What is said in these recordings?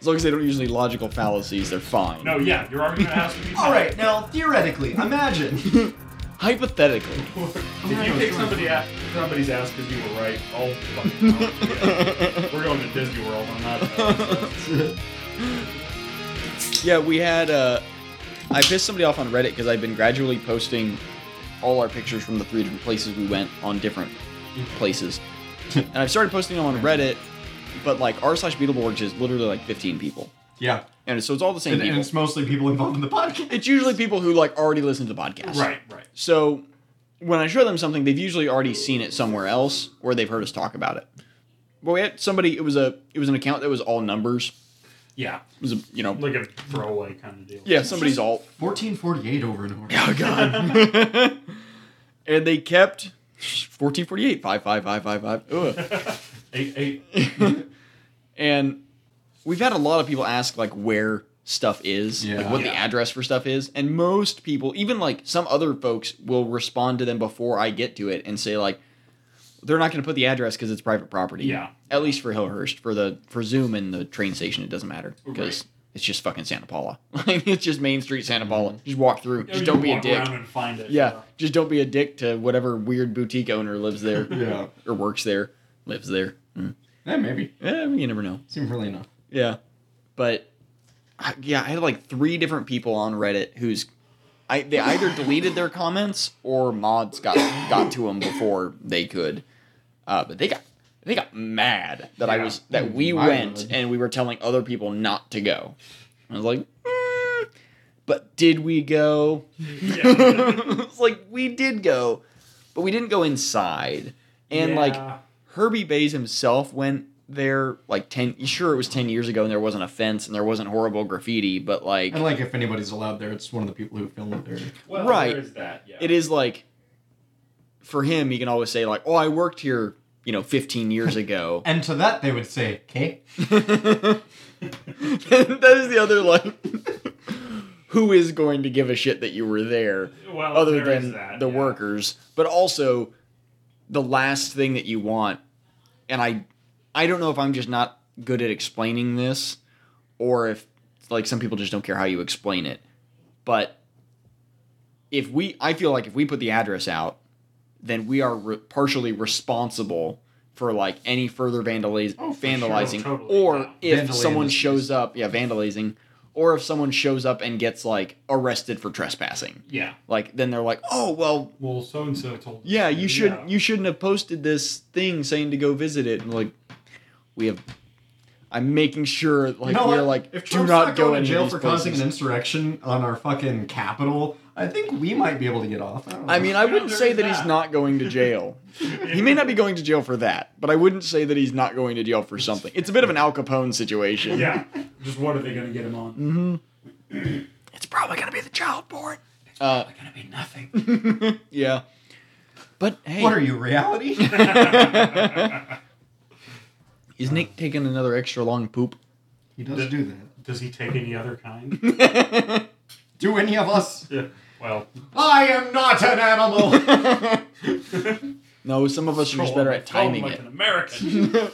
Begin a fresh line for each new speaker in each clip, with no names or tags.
As long as they don't use any logical fallacies, they're fine.
No, yeah, your argument has to be.
All right, now theoretically, imagine.
Hypothetically.
If you kick somebody out, somebody's ass because you were right, oh fucking hell, yeah. We're going to Disney World on that. uh,
Yeah, we had. Uh, I pissed somebody off on Reddit because I've been gradually posting all our pictures from the three different places we went on different places, and I've started posting them on Reddit. But like r slash beetleborgs is literally like 15 people,
yeah.
and so it's all the same
And, and
people.
it's mostly people involved in the podcast.
It's usually people who like already listen to the podcast,
right, right.
So when I show them something, they've usually already seen it somewhere else or they've heard us talk about it. But we had somebody. It was a. It was an account that was all numbers.
Yeah,
It was a. You know.
like a throwaway kind of deal.
Yeah, somebody's alt.
1448 over and over.
Oh god. and they kept 1448 five five five five five. Ugh.
Eight, eight.
And we've had a lot of people ask like where stuff is, like
Yeah.
what the
Yeah.
address for stuff is, and most people, even like some other folks will respond to them before I get to it and say like they're not going to put the address cuz it's private property.
Yeah.
At least for Hillhurst, for the for Zoom and the train station it doesn't matter cuz
Right.
it's just fucking Santa Paula. Like it's just Main Street Santa Paula. Just walk through.
You
Just don't be a
walk
dick.
around and uh, find it.
Yeah, just don't be a dick to whatever weird boutique owner lives there
Yeah.
or works there, lives there. Mm.
Yeah, maybe.
Yeah, you never know.
Seemed really enough.
Yeah, but I, yeah, I had like three different people on Reddit who's I they either deleted their comments or mods got got to them before they could. Uh, but they got they got mad that I
Yeah.
was that we
My
went
word.
and we were telling other people not to go. I was like, "Mm, but did we go?
Yeah.
it's like we did go, but we didn't go inside. And like
Yeah.
Herbie Bays himself went there like ten. Sure, it was ten years ago, and there wasn't a fence, and there wasn't horrible graffiti, but like,
And like, if anybody's allowed there, it's one of the people who filmed it there.
well,
right.
There is that. Yeah.
it is like for him, he can always say like, "Oh, I worked here, you know, fifteen years ago."
And to that, they would say, "Okay."
that is the other like, who is going to give a shit that you were there?
Well,
other
there is
than
that,
the
yeah.
workers, but also the last thing that you want. And I, I don't know if I'm just not good at explaining this, or if like some people just don't care how you explain it. But if we, I feel like if we put the address out, then we are re- partially responsible for like any further vandaliz-
Oh, for sure,
vandalizing,
totally,
or
yeah.
if
Vandalizing
someone
is-
shows up, yeah, vandalizing, or if someone shows up and gets like arrested for trespassing
Yeah.
like then they're like oh well
Well, so and so told. us
yeah
to,
you should you shouldn't have posted this thing saying to go visit it and like we have i'm making sure like we're like
if
do
Trump's
not,
not,
go
going
into
to jail
these
for
places.
causing an insurrection on our fucking capital, I think we might be able to get off. I, don't know.
i mean i wouldn't
there
say
is
that he's
that.
not going to jail he may not be going to jail for that but i wouldn't say that he's not going to jail for something it's a bit of an al capone situation
Yeah. Just what are they going to get him on?
Mm-hmm. it's probably going to be the child porn uh
It's going to be nothing.
yeah but hey
what are you reality?
is nick taking another extra long poop
he does do that.
Does he take any other kind?
Do any of us?
yeah. Well,
I am not an animal.
no some of us are just better at
Call
timing
him like
it
An American.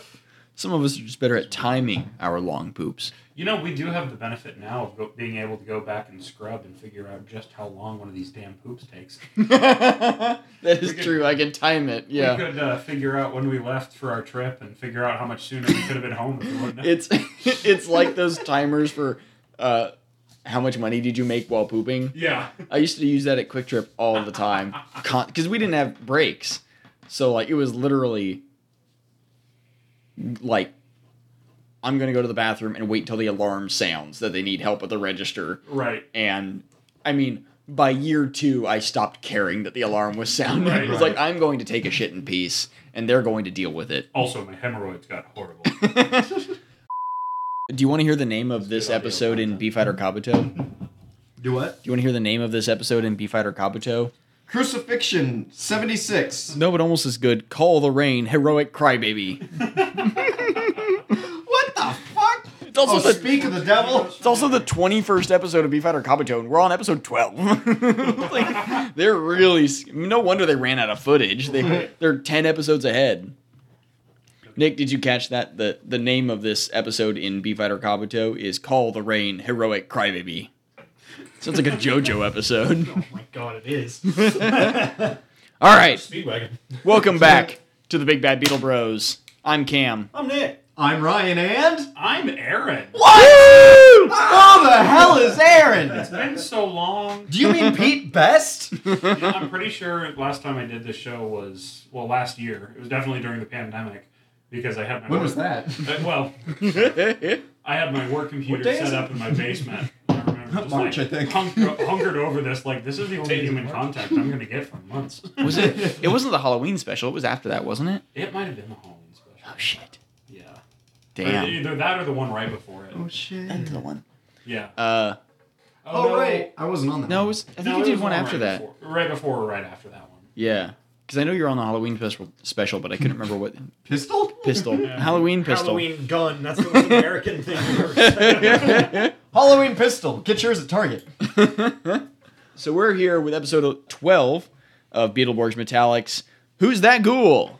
Some of us are just better at timing our long poops.
you know, we do have the benefit now of go- being able to go back and scrub and figure out just how long one of these damn poops takes.
that is
We could-
true. I can time it.
We
Yeah.
could uh, figure out when we left for our trip and figure out how much sooner we could have been home. If we wouldn't have.
It's it's like those timers for uh, how much money did you make while pooping?
yeah.
I used to use that at Quick Trip all the time because we didn't have breaks, so like it was literally like I'm gonna go to the bathroom and wait till the alarm sounds that they need help at the register,
Right.
and I mean by year two I stopped caring that the alarm was sounding.
Right,
it was
right.
like I'm going to take a shit in peace, and they're going to deal with it.
Also, my hemorrhoids got horrible.
Do you want to hear the name of this
good audio
episode in
content.
B Fighter Kabuto? Do
do what?
you want to hear the name of this episode in B Fighter Kabuto?
Crucifixion seventy six.
No, but almost as good. Call the rain, heroic crybaby.
What the fuck?
It's also
oh,
the
speak of the devil.
it's also the twenty first episode of Beef Fighter Kabuto, and we're on episode twelve. Like, they're really s- no wonder they ran out of footage. They they're ten episodes ahead. Nick, did you catch that? The the name of this episode in B Fighter Kabuto is Call the Rain Heroic Crybaby. Sounds like a JoJo episode.
Oh my god, it is.
All right,
Speedwagon.
welcome back to the Big Bad Beetle Bros. I'm Cam.
I'm Nick.
I'm Ryan and.
I'm Aaron.
What?
Oh, the hell is Aaron?
It's been so long.
Do you mean Pete Best?
I'm pretty sure last time I did this show was well last year. It was definitely during the pandemic because I had my
When was that?
Uh, well, I had my work computer
What day
set
is
up in my basement. I remember just
March,
like,
I think.
hunker- hunkered over this, like this is the only
is
human
March?
contact I'm gonna get for months.
Was it? It wasn't the Halloween special. It was after that, wasn't it?
It might have been the Halloween special.
Oh, shit!
Yeah. Or
Damn.
Either that or the one right before it.
Oh, shit.
the one.
Yeah.
Uh,
Oh,
no.
right. I wasn't on that.
no, it was. I think
No,
you
it
did
was
one after
right
that.
before- right before or right after that one.
Yeah, because I know you're on the Halloween special, special, but I couldn't remember what
Pistol?
pistol.
Yeah.
Halloween pistol.
Halloween gun. That's the most American thing I've ever said.
Halloween pistol. Get yours at Target.
so we're here with episode 12 of Beetleborgs Metallics. Who's that ghoul?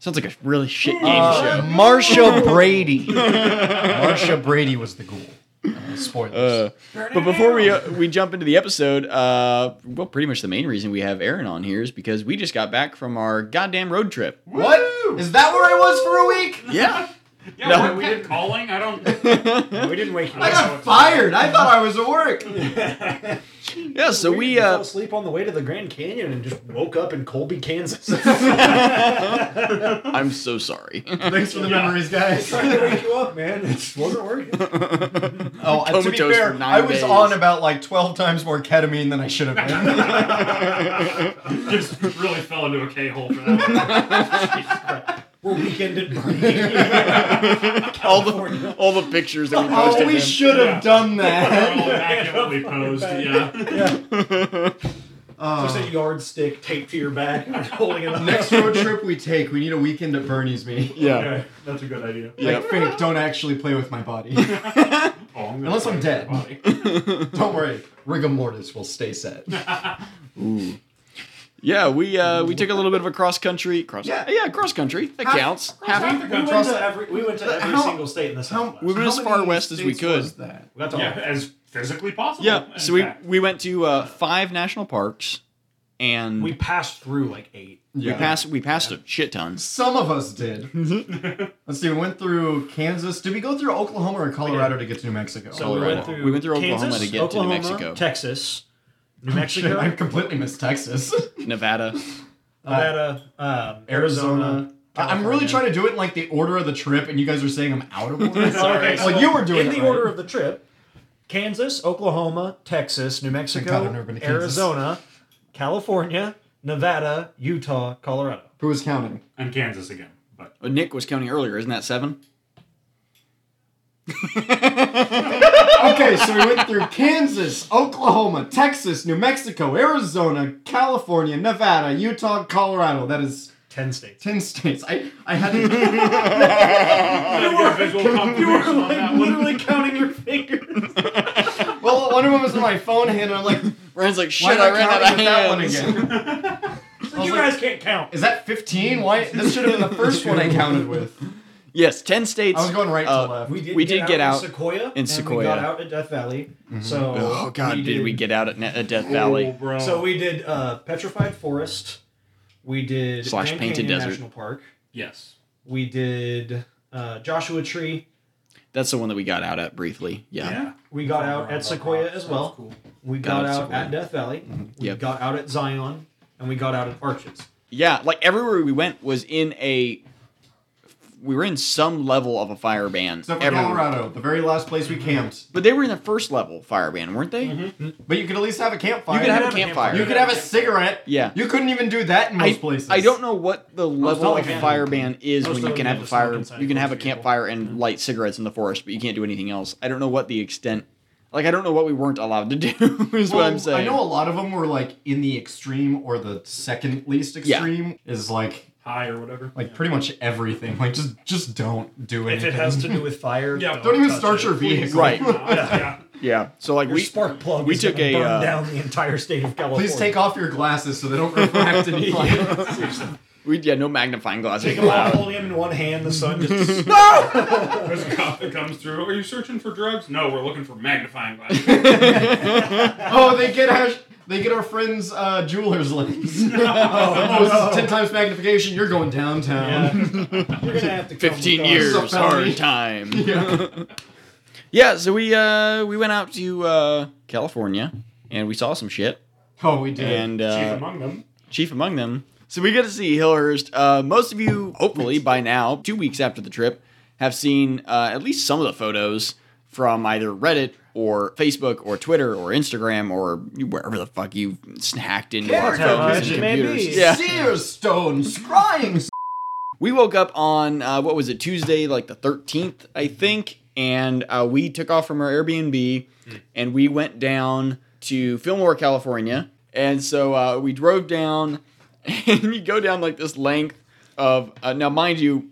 Sounds like a really shit game
Uh,
show.
Marsha Brady. Marsha Brady was the ghoul. Uh, spoilers.
Uh, but before we uh, we jump into the episode, uh, well, pretty much the main reason we have Aaron on here is because we just got back from our goddamn road trip.
what?
Woo!
Is that where I was for a week?
Yeah,
Yeah,
No.
we, we did calling. I don't.
No, we didn't wake you
I
up.
got fired. I thought I was at work.
yeah. So we
fell
uh,
asleep on the way to the Grand Canyon and just woke up in Colby, Kansas.
I'm so sorry.
Thanks for the
Yeah.
memories, guys.
Trying to wake you up, man. It just wasn't working.
Oh, and to be
Comatose
fair,
for nine
I was
days.
on about like 12 times more ketamine than I should have been.
just really fell into a K hole for that.
We're weekend at Bernie.
all the all the pictures that we posted.
oh, we
him.
should have
Yeah.
done
one. They're all
that.
immaculately posed. Yeah.
yeah. Just
Uh,
a yardstick taped to your back and holding it up.
next road trip we take, we need a weekend at Bernie's, me.
yeah.
Okay, that's a good idea.
Yeah.
Like, fake, don't actually play with my body.
Oh, I'm gonna
Unless I'm
break
dead.
your body.
don't worry, rigor mortis will stay set.
Yeah, we uh, we took a little bit of a cross country cross. Yeah,
Yeah.
yeah, cross country. That
Half-
counts.
cross
Half,
We went to every, we went to every
How-
single state in the Southwest.
We went as
how
far
many
west as we
states
could.
was that?
we got to all-
Yeah, as physically possible.
Yeah,
in
so we,
fact.
we went to uh, five national parks, and
We
we,
passed through like eight.
Yeah.
passed we passed a shit tons.
Some of us did.
Mm-hmm.
Let's see, we went through Kansas. Did we go through Oklahoma or Colorado to get to New Mexico?
So we
Colorado.
went through
We went through
Kansas,
Oklahoma to get to New
Oklahoma,
Mexico.
Texas, New
Shit,
Mexico,
I completely missed Texas.
Nevada,
Nevada, um,
Arizona.
Arizona.
I- I'm really
California.
trying to do it in like the order of the trip, and you guys are saying I'm out of order.
Sorry.
Well, you were doing
in
it
the
right.
order of the trip: Kansas, Oklahoma, Texas, New Mexico,
God I've never been to Kansas.
Arizona, California, Nevada, Utah, Colorado.
Who was counting?
And Kansas again. But
Oh, Nick was counting earlier, isn't that seven?
Okay, so we went through Kansas, Oklahoma, Texas, New Mexico, Arizona, California, Nevada, Utah, Colorado. That is
Ten states.
ten states. I I had to,
you were, visual
You were
confirmation on that
like
one.
literally counting your fingers.
well, one of them was in my phone hand, and I'm like,
Ryan's like shit.
why did
I
I
ran out
count
of
with that one
hands."
again?
you
like-
guys can't count.
Is that fifteen? Why this should have been the first one I counted with.
Yes, ten states.
I was going right to
Uh,
left.
did.
We did get
in
out
Sequoia. and
Sequoia.
We got out at Death Valley. So.
Oh god, did we get out at, Ne- at Death
Oh,
Valley?
bro.
So we did uh, Petrified Forest. We did
Slash
Grand
Painted
Canyon
Desert.
National Park.
yes.
We did uh, Joshua Tree.
That's the one that we got out at briefly. Yeah.
We got out
Around
at Sequoia
Rock,
as
so
well.
that's cool.
We
Got out
got,
at
out
Sequoia. Mm-hmm.
at Death Valley. We
Yep.
got out at Zion, and we got out at Arches.
Yeah, like everywhere we went was in a. We were in some level of a fire ban.
Except for
everywhere.
Colorado, the very last place
Mm-hmm.
we camped.
But they were in the first level fire ban, weren't they?
Mm-hmm. But you could at least have a campfire.
You could have a campfire.
You could have a cigarette.
Yeah.
You couldn't even do that in most
I,
places.
I don't know what the level
not
of
like
fire ban is
Most
when you
of
can have
them
a
just smoke
fire,
inside
you can
the
have a
forest table.
campfire
Mm-hmm.
and light cigarettes in the forest, but you can't do anything else. I don't know what the extent. Like I don't know what we weren't allowed to do. Is
Well,
what I'm saying.
I know a lot of them were like in the extreme or the second least
Yeah.
extreme is like
High or whatever.
like pretty much everything. Like just just don't do
If
anything.
it has to do with fire,
Yeah,
don't even
touch
start
it.
your vehicle.
Right.
yeah.
Yeah. So like
Your
we
spark plug.
we
is
took
gonna
a,
burn
uh,
down the entire state of California.
Please take off your glasses so they don't refract any light.
yeah. Seriously.
We yeah, no magnifying glasses
Take him
allowed.
out, hold him in one hand. The sun just
There's a cop that comes through. Are you searching for drugs? No, we're looking for magnifying glasses.
Oh, they get our they get our friends uh, jeweler's lens. Uh, this is Ten times magnification. You're going downtown.
you're gonna have to come
Fifteen
with us.
years,
Something about me.
hard time.
Yeah.
Yeah, so we uh we went out to uh California and we saw some shit.
Oh, we did.
And uh,
Chief among them.
chief among them. So we get to see Hillhurst. Uh, most of you, hopefully by now, two weeks after the trip, have seen uh, at least some of the photos from either Reddit or Facebook or Twitter or Instagram or wherever the fuck you hacked into our
Whatever
phones
it
and
may be.
computers. Yeah.
Searstone, scrying. s-
We woke up on uh, what was it Tuesday, like the thirteenth, I
Mm-hmm.
think, and uh, we took off from our Airbnb
Mm.
and we went down to Fillmore, California, and so uh, we drove down, and you go down like this length of uh, now, mind you,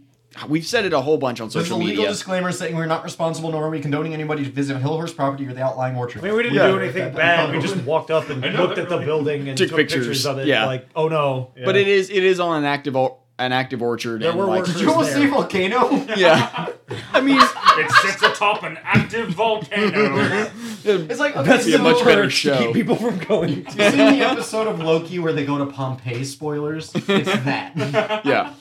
we've said it a whole bunch on
There's a
social
legal
media.
disclaimer saying we're not responsible nor are we condoning anybody to visit Hillhurst property or the outlying orchard.
I mean, we didn't
Yeah.
do anything bad. We just walked up and
I know,
looked
that
at the
really-
building and
Took
took,
pictures,
pictures. of it.
yeah.
Like, oh no.
But it
Yeah.
is it is on an active or- an active orchard.
There
and
were
like,
workers.
did you almost
there.
see volcano?
yeah, I mean,
It sits atop an active volcano.
It's like okay,
that'd be a
so-
much better
You
show.
people from going.
seen the episode of Loki where they go to Pompeii? Spoilers. It's that.
Yeah,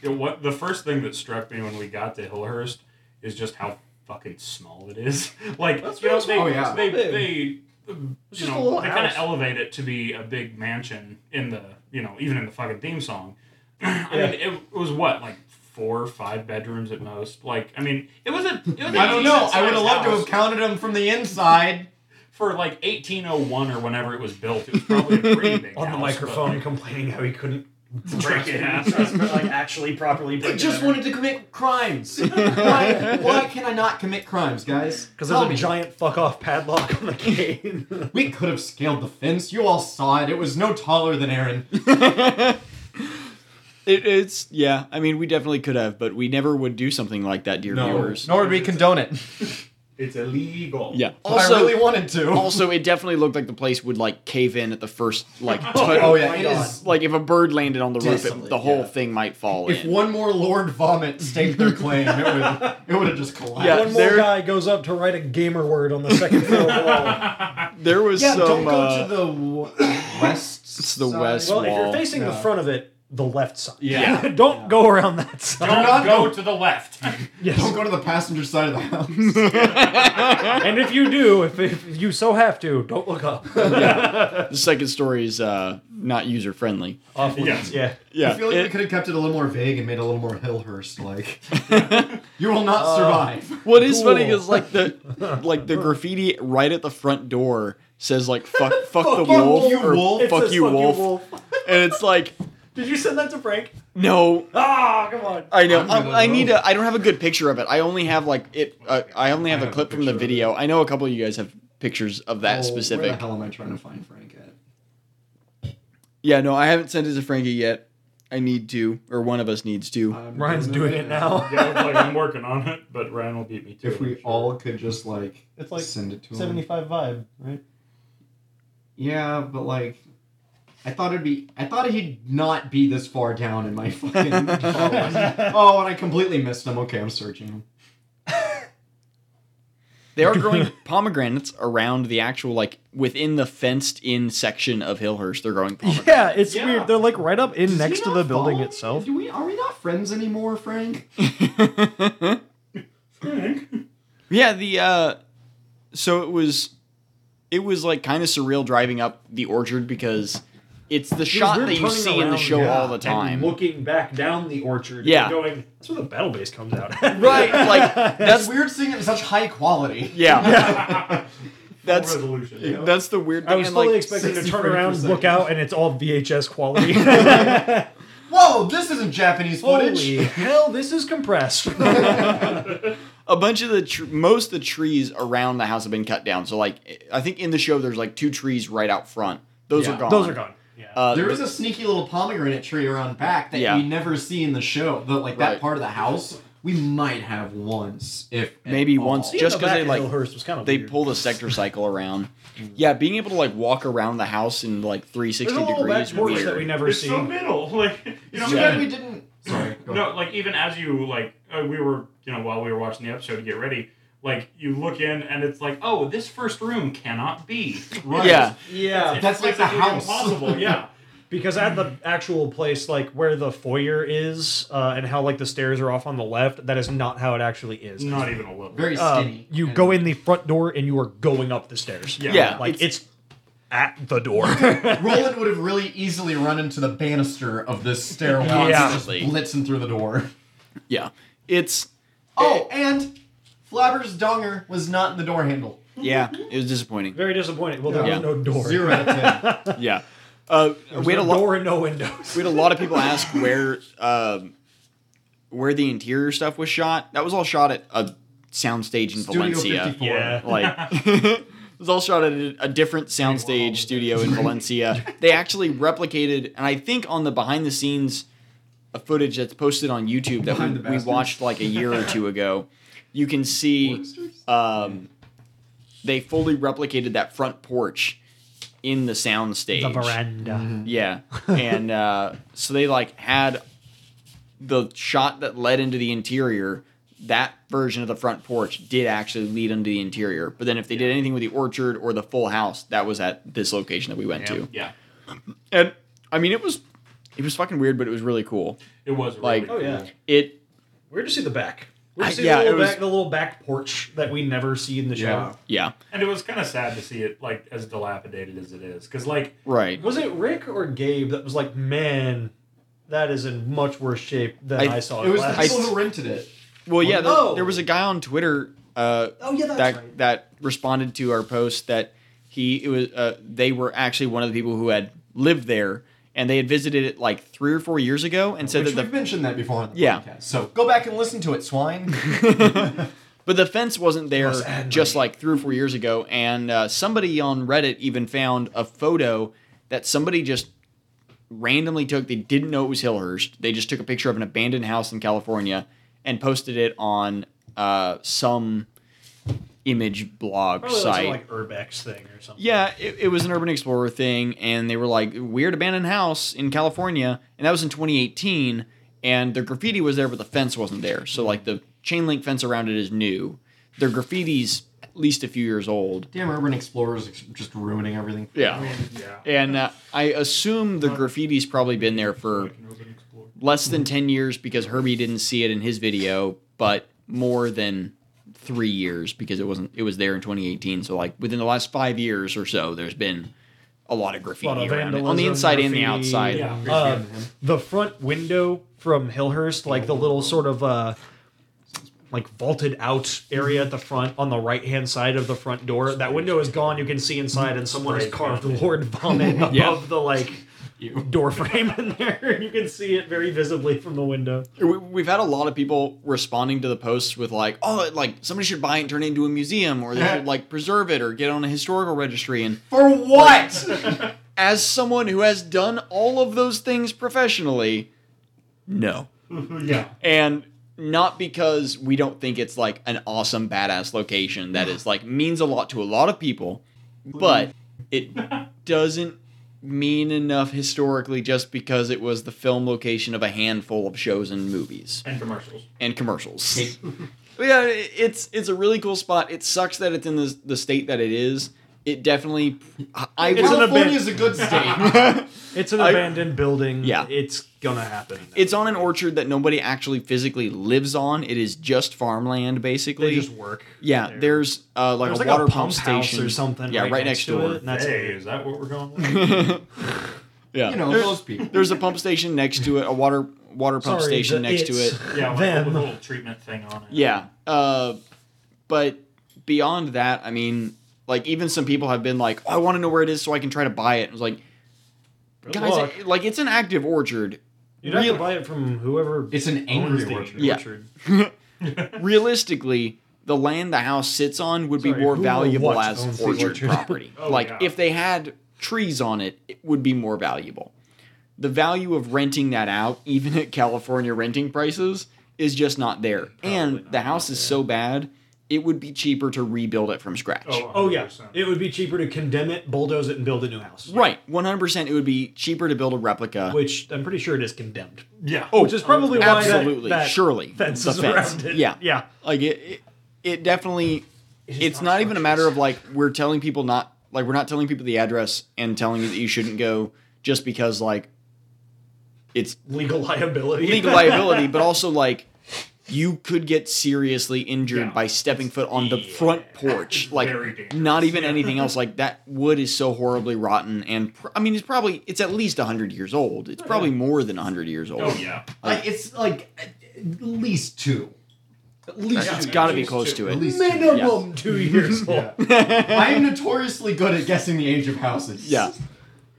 It, what, the first thing that struck me when we got to Hillhurst is just how fucking small it is. Like,
That's
you know,
really
they,
small,
yeah.
they,
Big.
they, uh, you
just a
know,
little
they kind of
house.
elevate it to be a big mansion in the, you know, even in the fucking theme song. I mean, it, it was what, like four or five bedrooms at most? Like, I mean, it was a, it was a
I don't know. I would have
decent-sized
loved to
house.
have counted them from the inside.
for like 1801 or whenever it was built. It was probably a pretty big
on the
house,
microphone complaining how he couldn't
Break it.
grasp it, like actually properly
I just wanted to commit crimes. why, why can I not commit crimes, guys?
because
Tell
there's a
me.
giant fuck off padlock on the cane.
We could have scaled the fence. You all saw it. It was no taller than Aaron.
it, it's yeah. I mean, we definitely could have, but we never would do something like that, dear viewers.
nor would we condone it.
But it's illegal.
Yeah.
But I really wanted to.
also it definitely looked like the place would like cave in at the first like t-
oh yeah,
my
it
God.
is.
like if a bird landed on the roof it,
Desolate,
the whole
yeah.
thing might fall
If
in
one more Lord Vomit staked their claim, it would it would have just collapsed.
Yeah,
One more
there-
guy goes up to write a gamer word on the second floor wall.
there was
Yeah,
some
don't go
uh,
to the w- west. It's
the west.
Well, if
Wall.
you're facing the
Yeah.
front of it, the left side.
Yeah.
Don't go around that side.
Don't
not
go
go-
to the left.
Yes.
Don't go to the passenger side of the house.
and if you do, if, if you so have to, don't look up.
the second story is uh not user friendly
Off
limits.
Yeah.
yeah
I feel like we
it-
could have kept it a little more vague and made it a little more Hillhurst like. you will not
Uh,
survive.
what is funny
Cool.
is like the like the graffiti right at the front door says like fuck fuck, the
Fuck
wolf
you,
or
wolf.
It
fuck,
says,
you, wolf. and it's like
Did you send that to Frank?
no
Ah, come on.
I know.
gonna
I, I need
know.
a. I don't have a good picture of it. I only have like it. Uh, I only have a clip from the video. I know a couple of you guys have pictures of that
Oh,
specific.
Where the hell am I trying to find Frank at?
Yeah, no, I haven't sent it to Frankie yet. I need to, or one of us needs to.
I'm
Ryan's doing it now.
yeah, like, I'm working on it, but Ryan will beat me too.
If we all could just like,
It's like
send it to him.
75 vibe, right?
Yeah, but like, I thought it'd be. I thought he'd not be this far down in my fucking. oh, oh, and I completely missed him. Okay, I'm searching him.
They are growing pomegranates around the actual, like, within the fenced in section of Hillhurst. They're growing pomegranates.
Yeah, it's
Yeah.
weird. They're like right up in
Does he
next to
not
the building
follow me?
itself.
Do we are we not friends anymore, Frank?
yeah, the, uh, so it was, it was, like, kind of surreal driving up the orchard because it's the shot
weird
that you
turning
see in the
around,
show
yeah,
all the time.
And looking back down the orchard
Yeah.
and going, that's where the battle base comes out.
right, like,
That's
that's,
weird seeing it in such high quality.
yeah. That's,
resolution.
that's the weird thing.
I was
and,
fully
like,
expecting to
60
turn
frames per
around,
second.
look out, and it's all VHS quality.
Whoa, this isn't Japanese footage.
Holy hell, this is compressed.
a bunch of the tr- most of the trees around the house have been cut down. So like I think in the show there's like two trees right out front. Those
Yeah.
are gone.
Those are gone. Yeah.
Uh,
There is a sneaky little pomegranate tree around back that
Yeah.
you never see in the show, the, like
Right.
that part of the house we might have once if
Maybe
at all.
once.
Seeing
Just
the
'cause
back
they,
of
like,
Hillhurst was kind of
They
weird.
pull the sector cycle around. Yeah, being able to like walk around the house in like 360
There's a little
degrees.
back porch
weird.
that we never
It's
see.
so middle. Like you know,
It's
I'm
too
Yeah.
bad we didn't. Sorry. go
No,
ahead.
like even as you like, uh, we were you know while we were watching the episode to get ready, like you look in and it's like, oh, this first room cannot be.
Right.
Yeah.
Yeah,
It's
That's like the
physically
house.
Impossible. Yeah.
because at the actual place, like where the foyer is, uh, and how like the stairs are off on the left, that is not how it actually is.
Not even a little.
Very
Um,
skinny.
you
and-
go in the front door and you are going up the stairs.
Yeah.
Yeah.
like it's, at the door.
Roland would have really easily run into the banister of this stairwell,
Yeah.
and just blitzing through the door.
Yeah. It's
Oh, and Flabber's donger was not in the door handle.
yeah, it was disappointing.
Very disappointing. Well, there
Yeah.
was no door.
Zero out of ten.
Yeah. Uh,
There was
we had a
no
lot
door and no windows.
we had a lot of people ask where um, where the interior stuff was shot. That was all shot at a soundstage in
Studio
Valencia.
54.
Yeah.
Like it was all shot at a, a different soundstage studio in Valencia. They actually replicated, and I think on the behind the snenes uh, footage that's posted on YouTube that
Behind the
we, we
bastards.
watched like a year or two ago, you can see
Forksters?
um, they fully replicated that front porch in the soundstage.
The veranda.
Yeah. And uh, so they like had the shot that led into the interior. That version of the front porch did actually lead into the interior. But then if they did anything with the orchard or the full house, that was at this location that we went to.
Yeah.
And I mean, it was it was fucking weird, but it was really cool.
It was really
Like-
cool.
Oh yeah.
It
Weird to see the back. Weird
I-
to see
yeah,
the,
it
little
was-
back, the little back porch that we never see in the show.
Yeah.
yeah
and it was kind of sad to see it like as dilapidated as it is, because like
right.
Was it Rick or Gabe that was like, man, that is in much worse shape than
I-
I, saw
It
it
was the
last.
people who rented it.
Well, yeah, there,
no.
there was a guy on Twitter uh,
oh yeah, that's
that
right.
that responded to our post that he it was uh, they were actually one of the people who had lived there and they had visited it like three or four years ago and said
Which
that
we've
the
mentioned that before on the
Yeah.
podcast. So go back and listen to it, swine.
but the fence wasn't there
Los Angeles.
just like three or four years ago and uh, somebody on Reddit even found a photo that somebody just randomly took they didn't know it was Hillhurst they just took a picture of an abandoned house in California and posted it on uh, some image blog
Probably that's
site
some, like Urbex thing or something.
Yeah, it, it was an Urban Explorer thing, and they were like, weird abandoned house in California, and that was in 2018, and the graffiti was there, but the fence wasn't there. So, like, the chain link fence around it is new. Their graffiti's at least a few years old.
Damn urban explorers ex- just ruining everything.
I
Yeah.
mean, yeah.
And uh, I assume the graffiti's probably been there for
Like an urban explorer.
less than
Mm-hmm.
10 years because Herbie didn't see it in his video, but more than three years because it wasn't it was there in 2018 so like within the last five years or so there's been a lot of graffiti
A lot of
around it,
vandalism,
on the inside and the
graffiti.
outside
Yeah.
Uh, the front window from Hillhurst, like the little sort of uh, like vaulted out area at the front on the right hand side of the front door. That window is gone. You can see inside, and someone has carved Lord Vomit above
Yeah.
the like door frame in there. You can see it very visibly from the window.
We- we've had a lot of people responding to the posts with like oh like somebody should buy it and turn it into a museum or they should like preserve it or get on a historical registry and
For what?
as someone who has done all of those things professionally no
yeah.
and not because we don't think it's like an awesome badass location that is like means a lot to a lot of people but it doesn't mean enough historically just because it was the film location of a handful of shows and movies
And commercials.
and commercials But yeah it- it's it's a really cool spot it sucks that it's in the, the state that it is it definitely i
It's
would-
an
California's a good state.
It's an
I-
abandoned building.
Yeah.
it's gonna happen.
it's on an orchard that nobody actually physically lives on it is just farmland basically
They just work.
Yeah,
there.
there's uh, like
There's
a
like
water
a
pump
pump house
station
or something.
Yeah, right, next, door.
it, and that's
hey,
it.
is that what we're going with?
Yeah,
You know,
there's,
those people.
there's a pump station next to it, a water water pump
Sorry,
station
the
next to
it's
it.
yeah, like
them.
with a little treatment thing on it.
Yeah, uh, but beyond that, I mean, like even some people have been like, oh, I want to know where it is so I can try to buy it. It's like,
Good
guys,
luck.
it- like it's an active orchard.
You'd have
Real-
to buy it from whoever.
It's an angry
owns the
orchard.
Yeah.
orchard.
Realistically, the land the house sits on would be
Sorry,
more
who or
valuable
what
as
owns the
orchard,
orchard?
property.
Oh,
like
yeah.
if they had trees on it, it would be more valuable. The value of renting that out, even at California renting prices, is just not there. and
not,
the house is so bad, it would be cheaper to rebuild it from scratch.
Oh yeah,
100%.
it would be cheaper to condemn it, bulldoze it, and build a new house.
Right, 100% it would be cheaper to build a replica.
Which I'm pretty sure it is condemned.
yeah.
Oh, which is probably why that-
Absolutely,
that,
surely.
fence
the
is
fence.
around it.
Yeah.
Yeah.
Like it it, it definitely it's,
not
not, even a matter of like we're telling people not like we're not telling people the address and telling you that you shouldn't go just because like it's
Legal liability.
legal liability, but also like you could get seriously injured
Yeah.
by stepping foot on the front porch. Like
very dangerous.
not even anything else. Like that wood is so horribly rotten, and pr- I mean it's probably it's at least hundred years old. It's probably more than hundred years old.
Oh yeah.
Like, it's like at at least two. At least
Yeah.
it's
two.
got to be
At
close
least
to
two.
it.
At least two.
Minimum two years old.
I am notoriously good at guessing the age of houses.
Yeah.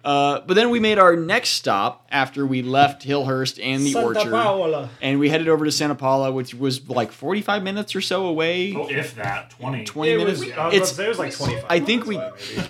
Uh, but then we made our next stop after we left Hillhurst and the orchard,
Paola.
and we headed over to Santa Paula, which was like forty-five minutes or so away.
Oh, if that twenty.
20
It
minutes.
was, I was about
it's
to say it was like 25.
I think we,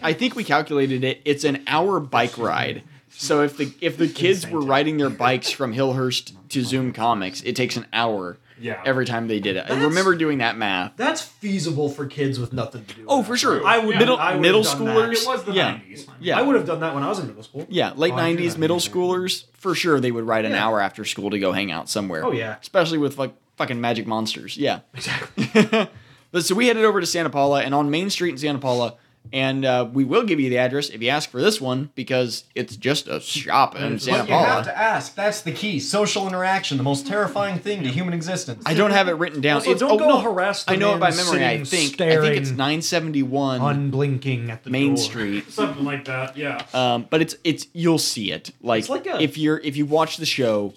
I think we calculated it. It's an hour bike ride. So if the if the kids were riding their bikes from Hillhurst to Zoom Comics, it takes an hour
Yeah.
every time they did it. I remember doing that math.
That's feasible for kids with nothing to do.
Oh, for sure.
I would
middle
I would have
middle
done
schoolers.
it was the
yeah.
nineties.
Yeah.
I would have done that when I was in middle school.
Yeah, late
Oh, I do
nineties
that.
middle schoolers for sure they would ride an
Yeah.
hour after school to go hang out somewhere.
Oh, yeah.
especially with like fucking magic monsters. Yeah.
Exactly.
But so we headed over to Santa Paula and on Main Street in Santa Paula, and uh, we will give you the address if you ask for this one because it's just a shop in
But
Santa
you
Oh.
have
Paula.
to ask. That's the key. Social interaction, the most terrifying thing to human existence.
I don't have it written down.
Also,
it's,
don't
oh,
go
no,
harass the
I know it
man
by memory. I
sitting
think I think it's
staring
971
Unblinking at the
Main
door.
Street.
Something like that. Yeah.
Um, but it's it's you'll see it. Like,
It's like a-
if you're if you watch the show,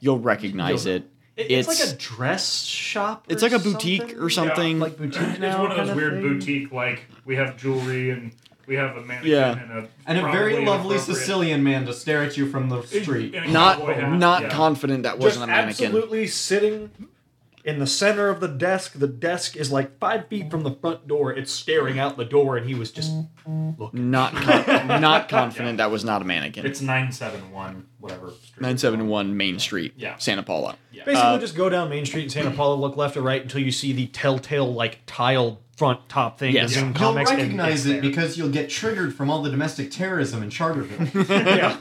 you'll recognize
You'll know.
it.
It- It's, like a dress shop. or
it's like a boutique or something.
Like boutique
It's
now
one of
kind
those weird
thing.
boutique like we have jewelry and we have a mannequin
Yeah.
and a
And a very
probably
lovely
inappropriate-
Sicilian man to stare at you from the street.
And a
not
cowboy hat,
not
yeah.
confident that
Just
wasn't a mannequin.
absolutely sitting in the center of the desk. The desk is like five feet from the front door. It's staring out the door, and he was just looking.
Not con- not confident that was not a mannequin.
It's nine seven one whatever. street.
971 Main Street,
Yeah.
Santa Paula.
Yeah.
Basically,
Uh,
just go down Main Street in Santa Paula, look left or right until you see the telltale like tile front top thing.
Yes.
to Zoom
You'll
comics, and
recognize
it's
it because you'll get triggered from all the domestic terrorism in Charterville.
there. yeah.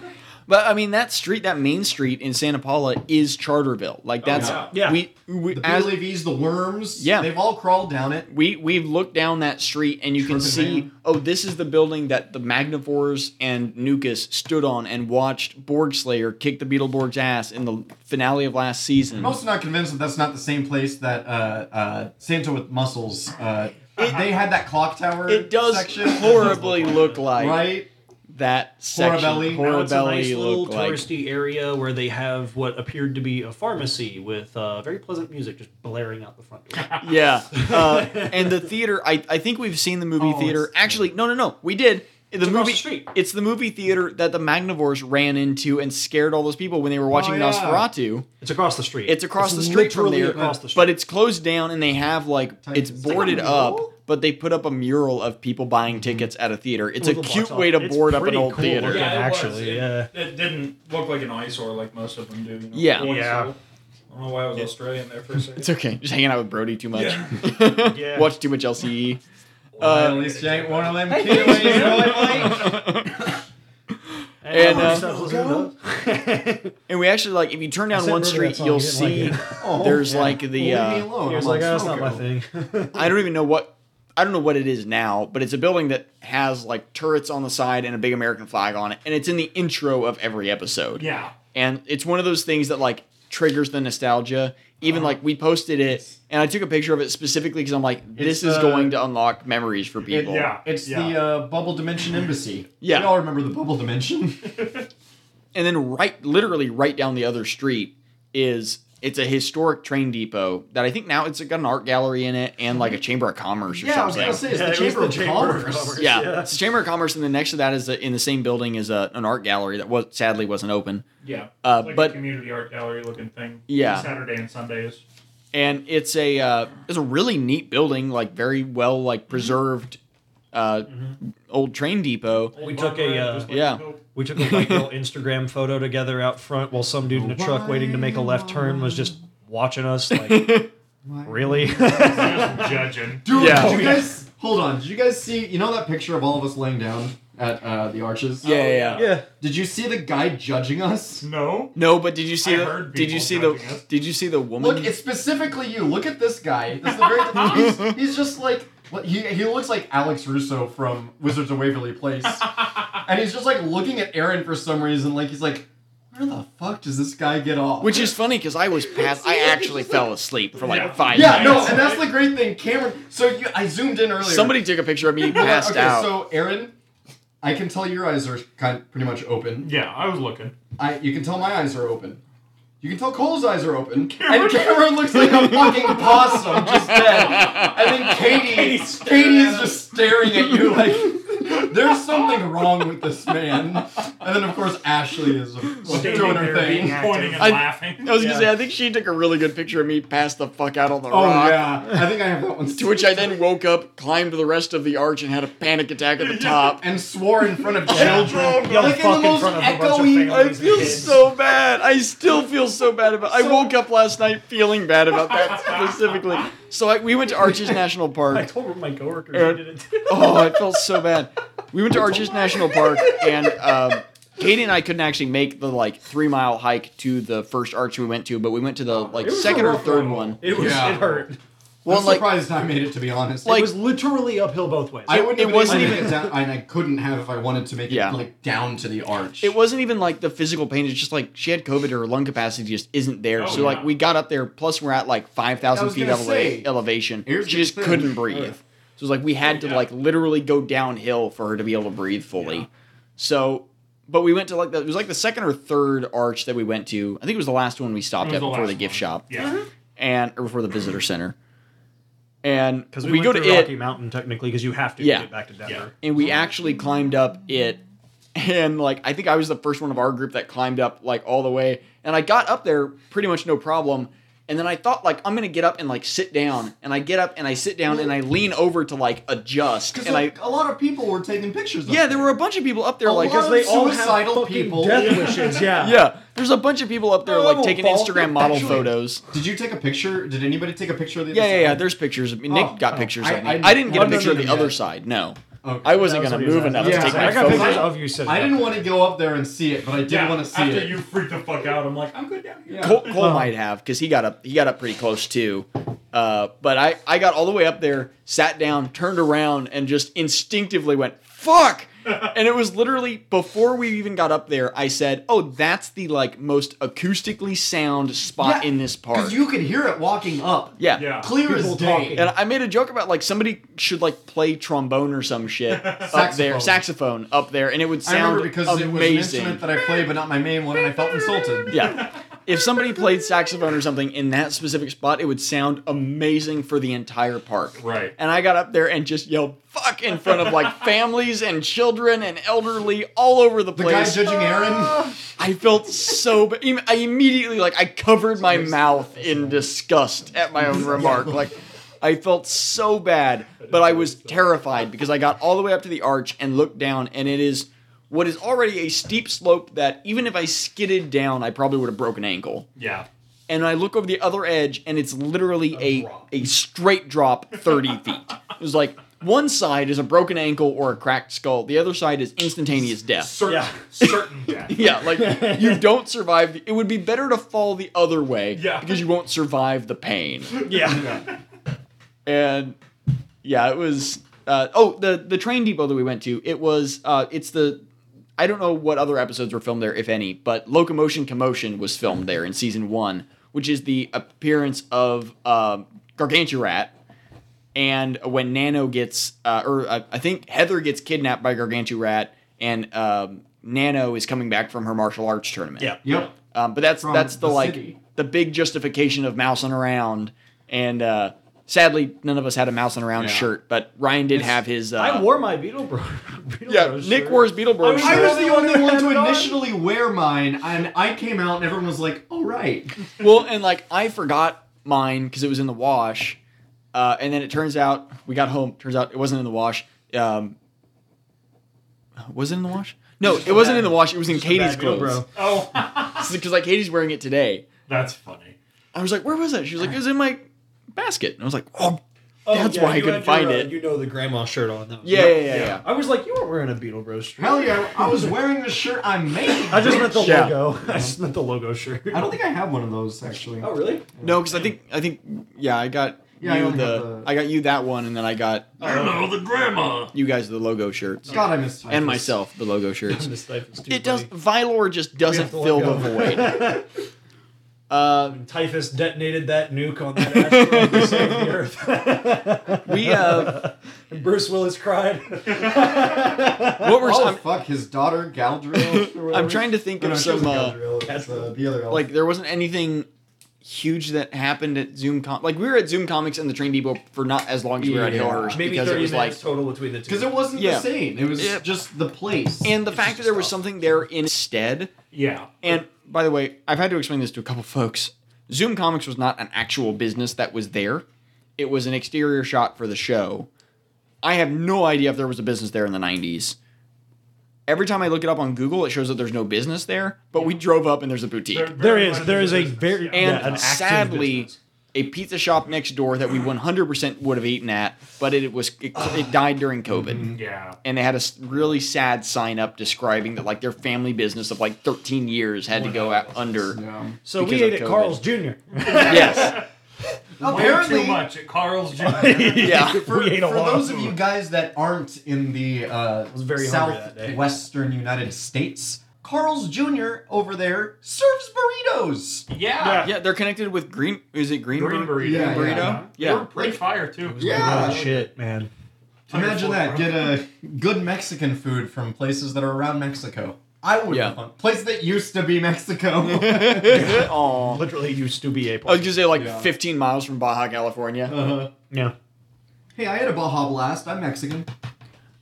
But I mean, that street, that Main Street in Santa Paula is Charterville. Like that's
Oh, yeah. Yeah.
we we
the
as,
PLVs, the worms,
Yeah.
they've all crawled down it.
we we've looked down that street and you can
Tripping
see
man.
oh this is the building that the Magnivores and Nukas stood on and watched Borgslayer kick the Beetleborg's ass in the finale of last season.
I'm also not convinced that that's not the same place that uh, uh, Santa with Muscles. Uh, they had that clock tower.
it does
section.
horribly look like
right?
that section.
Horribly.
Now it's a
Horribly
nice little
look like.
touristy area where they have what appeared to be a pharmacy with uh, very pleasant music just blaring out the front door.
Yeah. Uh, and the theater, I, I think we've seen the movie
Oh,
theater.
it's-
Actually, no, no, no. We did. The
across
movie,
the street.
it's the movie theater that the Magnivores ran into and scared all those people when they were watching
Oh, yeah.
Nosferatu.
It's across the street.
It's across the street from
literally
there,
across the street.
but it's closed down and they have like
Type-
it's
it's like a
boarded up.
mural?
But they put up a mural of people buying tickets at a theater. It's a
With a
cute
Mm-hmm. box
way to
office. It's
board up an
pretty
old
cool
theater.
looking.
Yeah, it
actually,
was. It,
yeah.
it didn't look like an eyesore like most of them do. You know?
Yeah.
Once
Yeah.
old. I don't know why I was Australian there for a second.
It's okay. Just hanging out with Brody too much.
Yeah.
Watch too much LCE.
Well,
Uh,
at least you ain't one of them
Hey,
kids.
thanks,
you know
man.
what, like?
And, uh,
"Oh, uh,
And we actually like if you turn down
said
one
murder
street,
that song,
you'll
you didn't like
see
it.
Oh,
there's
yeah.
like the
Well, leave
uh,
me alone.
he was
I'm
like,
on
"Oh, that's not my
Smoko."
thing.
I don't even know what I don't know what it is now, but it's a building that has like turrets on the side and a big American flag on it, and it's in the intro of every episode.
Yeah.
And it's one of those things that like triggers the nostalgia. Even like we posted it, and I took a picture of it specifically because I'm like, this is
It's, uh,
going to unlock memories for people.
yeah.
It's
Yeah.
the uh, Bubble Dimension Embassy.
Yeah.
We all remember the Bubble Dimension.
And then right, literally right down the other street is it's a historic train depot that I think now it's got an art gallery in it and like a chamber of commerce or
yeah, I was
something.
going to say, it's
Yeah,
the
it was
Chamber
the
of
Chamber of
Commerce.
Commerce.
yeah.
Yeah.
it's the Chamber of Commerce, and then next to that is a, in the same building is a, an art gallery that was sadly wasn't open,
Yeah.
Uh,
It's like
but-
a community art gallery looking thing.
Yeah.
Saturday and Sundays.
and it's a uh, it's a really neat building, like very well like preserved uh, old train depot.
We took a, uh,
Just
yeah.
nope.
we took a like, little Instagram photo together out front while some dude in a truck waiting to make a left turn was just watching us. Like,
Why-
really?
Just judging.
Dude,
Yeah.
did you guys hold on? Did you guys see? You know that picture of all of us laying down at uh, the arches?
Yeah,
Oh,
yeah. yeah.
Did you see the guy judging us?
No.
No, but did you see
I
the?
heard
did you
people
see the?
judging us.
Did you see the woman?
Look, it's specifically you. Look at this guy. This is the very, he's, he's just like what- he, he looks like Alex Russo from Wizards of Waverly Place, and he's just like looking at Aaron for some reason. Like he's like, where the fuck does this guy get off?
Which is funny because I was past. I actually fell asleep for like
Yeah.
five.
yeah, no,
minutes.
and that's the great thing, Cameron. So you, I zoomed in earlier.
Somebody took a picture of me passed
okay,
out.
so Aaron, I can tell your eyes are kind pretty much open.
Yeah, I was looking.
I you can tell my eyes are open. You can tell Cole's eyes are open. And Cameron looks like a fucking possum just dead. And then Katie Katie is just staring at you like there's something wrong with this man. And then of course Ashley is
Standing
doing her
there being
thing.
pointing and
I-
laughing.
I was
yeah.
gonna say I think she took a really good picture of me passed the fuck out on the
Oh
rock.
yeah. I think I have that one.
To which I then woke up, climbed the rest of the arch, and had a panic attack at the top.
and swore in front of children.
Yelled
Like in
fuck
the
in
most
front of a bunch of
echoey-
families.
I feel so bad. I still feel so bad about. I
So-
woke up last night feeling bad about that specifically. So I, we went to Arches National
I
Park.
told my coworkers
Uh,
I did it too.
Oh, I felt so bad. We went to Arches National Park, and um, Katie and I couldn't actually make the like three mile hike to the first arch we went to, but we went to the like
was a
second or
rough
third
one.
one.
It was
Yeah.
it hurt.
Well,
I'm
like
surprised I made it to be honest.
Like-
it was literally uphill both ways.
I wouldn't
it
have been
wasn't
able to
even-
get down, and I couldn't have if I wanted to make it
Yeah.
like down to the arch.
it wasn't even like the physical pain. It's just like she had COVID, her lung capacity just isn't there.
Oh,
so like
yeah.
we got up there, plus we're at like five
I
thousand
was
feet
gonna
eleva-
say,
elevation. She
here's the
just
thing.
couldn't breathe.
Yeah.
So it's like we had to
Yeah.
like literally go downhill for her to be able to breathe fully.
Yeah.
So, but we went to like the, it was like the second or third arch that we went to. I think it was the last one we stopped
It was
at
the
before the
last
gift
one.
shop
Mm-hmm.
Yeah.
and or before the visitor center. And
Because
we,
we,
go
went
to
through
it
Rocky Mountain technically, because you have to
Yeah.
get back to Denver.
Yeah.
and we actually climbed up it and like i think i was the first one of our group that climbed up like all the way and i got up there pretty much no problem and then i thought like i'm gonna get up and like sit down and i get up and i sit down and i lean over to like adjust
because
and i
like, a lot of people were taking pictures. of
yeah there
it.
were a bunch of people up there
A
like
lot
Because they all have
Suicidal
fucking
people.
death wishes. Yeah.
yeah there's a bunch of people up there
Oh,
like taking
Paul,
instagram model
actually-
photos
Did you take a picture? Did anybody take a picture of the?
yeah
other
yeah yeah
side?
there's pictures of me nick
Oh,
got
oh,
pictures
I-
of me
I-
i, didn't get
I
a picture of the
didn't
other
yet.
side no
Okay.
i
That
wasn't
was
gonna
what he was
move enough to
asking.
take
I
my
got
photo
pictures
I-
of you sitting.
I didn't
up.
want to go up there and see it, but I did
Yeah,
want to see
after
it.
you freaked the fuck out, I'm like, I'm good down here.
Yeah.
Cole, Cole might have because he got up he got up pretty close too. Uh, but I I got all the way up there, sat down, turned around, and just instinctively went fuck. and it was literally before we even got up there. I said, "Oh, that's the like most acoustically sound spot
Yeah,
in this park."
because you could hear it walking up,
yeah.
Yeah.
clear
People
as day.
talking.
And I made a joke about like somebody should like play trombone or some shit up there,
Saxophone.
saxophone up there, and it would
I
sound
remember because it was an
amazing.
instrument that I played, but not my main one, and I felt insulted.
Yeah. If somebody played saxophone or something in that specific spot, it would sound amazing for the entire park.
Right.
And I got up there and just yelled fuck in front of like families and children and elderly all over the
The guy
place.
judging Aaron.
I felt so bad. I immediately like I covered my mouth in disgust at my own remark. Like I felt so bad, but I was terrified because I got all the way up to the arch and looked down and it is what is already a steep slope that even if I skidded down, I probably would have broken an ankle
Yeah.
and I look over the other edge, and it's literally a a, straight drop thirty feet. It was like one side is a broken ankle or a cracked skull, the other side is instantaneous death.
Certain,
Yeah.
certain death.
Yeah, like you don't survive. The, it would be better to fall the other way
Yeah.
because you won't survive the pain.
Yeah.
And yeah, it was. Uh, oh, the the train depot that we went to. It was. Uh, it's the. I don't know what other episodes were filmed there, if any, but Locomotion Commotion was filmed there in season one, which is the appearance of um Garganturat. And when Nano gets, uh, or uh, I think Heather gets kidnapped by Garganturat, and um, Nano is coming back from her martial arts tournament.
Yeah.
Yep.
Um, but that's
From
that's the,
the
like
city.
the big justification of mousing around. And uh, sadly, none of us had a mousing around
Yeah.
shirt, but Ryan did have his. Uh,
I wore my Beetle Bro. Beetle
yeah,
Bros
Nick
shirt.
wore his Beetleborg
was-
shirt.
I was the only one
had it
to
on.
initially wear mine, and I came out, and everyone was like, "All right."
well, and like I forgot mine because it was in the wash, uh, and then it turns out we got home. Turns out it wasn't in the wash. Um, was it in the wash? No, it wasn't in the wash. It was in
Bad
Katie's
Beetle
clothes
Bro.
Oh,
because like Katie's wearing it today.
that's funny.
I was like, where was that? She was like, it was in my basket. And I was like, oh,
Oh,
that's
yeah,
why I
you
couldn't
had
find
your, uh,
it.
You know the grandma shirt on though.
yeah, yeah, yeah, yeah,
I was like, you weren't wearing a Beetle Bros shirt.
Hell yeah, I was wearing the shirt I made.
I just meant the
Yeah.
logo. I just meant the logo shirt.
I don't think I have one of those actually.
Oh really?
No, because I think I think yeah, I got
Yeah, I
you
only
the,
have the-
I got you that one, and then I got
Hello, the grandma.
you guys the logo shirts
God, I missed
and myself the logo shirts.
This typhus too,
it does.
buddy.
Vilor just doesn't
have to let
fill the
go.
void. Uh,
Typhus detonated that nuke on that asteroid to save the Earth.
we have
and Bruce Willis cried.
what were
Oh
some?
fuck, his daughter Galdriel. or whatever.
I'm trying to think
No, no,
of
she
some.
wasn't
Uh,
Galdriel, it's, uh, the other elf.
like there wasn't anything huge that happened at Zoom Com. Like we were at Zoom Comics and the Train Depot for not as long as we were at
Yeah.
Hillhurst
Maybe
because it
thirty
was
minutes
like.
total between the two.
because it wasn't
Yeah.
the same. It was
Yep.
just the place.
And the
It's
fact that
just
there was
stuff.
something there instead
Yeah.
And by the way, I've had to explain this to a couple folks. Zoom Comics was not an actual business that was there. It was an exterior shot for the show. I have no idea if there was a business there in the 90s. Every time I look it up on Google, it shows that there's no business there, but we drove up and there's a boutique.
there
very
is
much
there is a
business,
very
yeah.
and
yeah, an active
sadly,
business.
a pizza shop next door that we 100% would have eaten at, but it, was it, it died during COVID
Mm-hmm.
yeah.
and they had a s- really sad sign up describing that like their family business of like 13 years had to go out under.
Yeah.
So we
because of
ate
COVID.
at Carl's Jr.
Yes.
Way
Apparently,
too much at Carl's Jr.
Yeah.
For,
We ate a
for
lot of
those of
food.
you guys that aren't in the uh,
very hungry that day.
southwestern United States, Carl's Jr. over there serves burritos.
yeah.
Yeah, they're connected with Green. Is it Green,
Green burrito.
Yeah,
Burrito?
yeah.
Yeah.
They were pretty fire too.
Yeah.
Oh shit, man.
Imagine that. Get a good Mexican food from places that are around Mexico. I would.
Yeah.
Place that used to be Mexico.
Aw.
Literally used to be a
I was gonna say like
Yeah.
15 miles from Baja California.
Uh,
Yeah.
hey, I had a Baja Blast. I'm Mexican.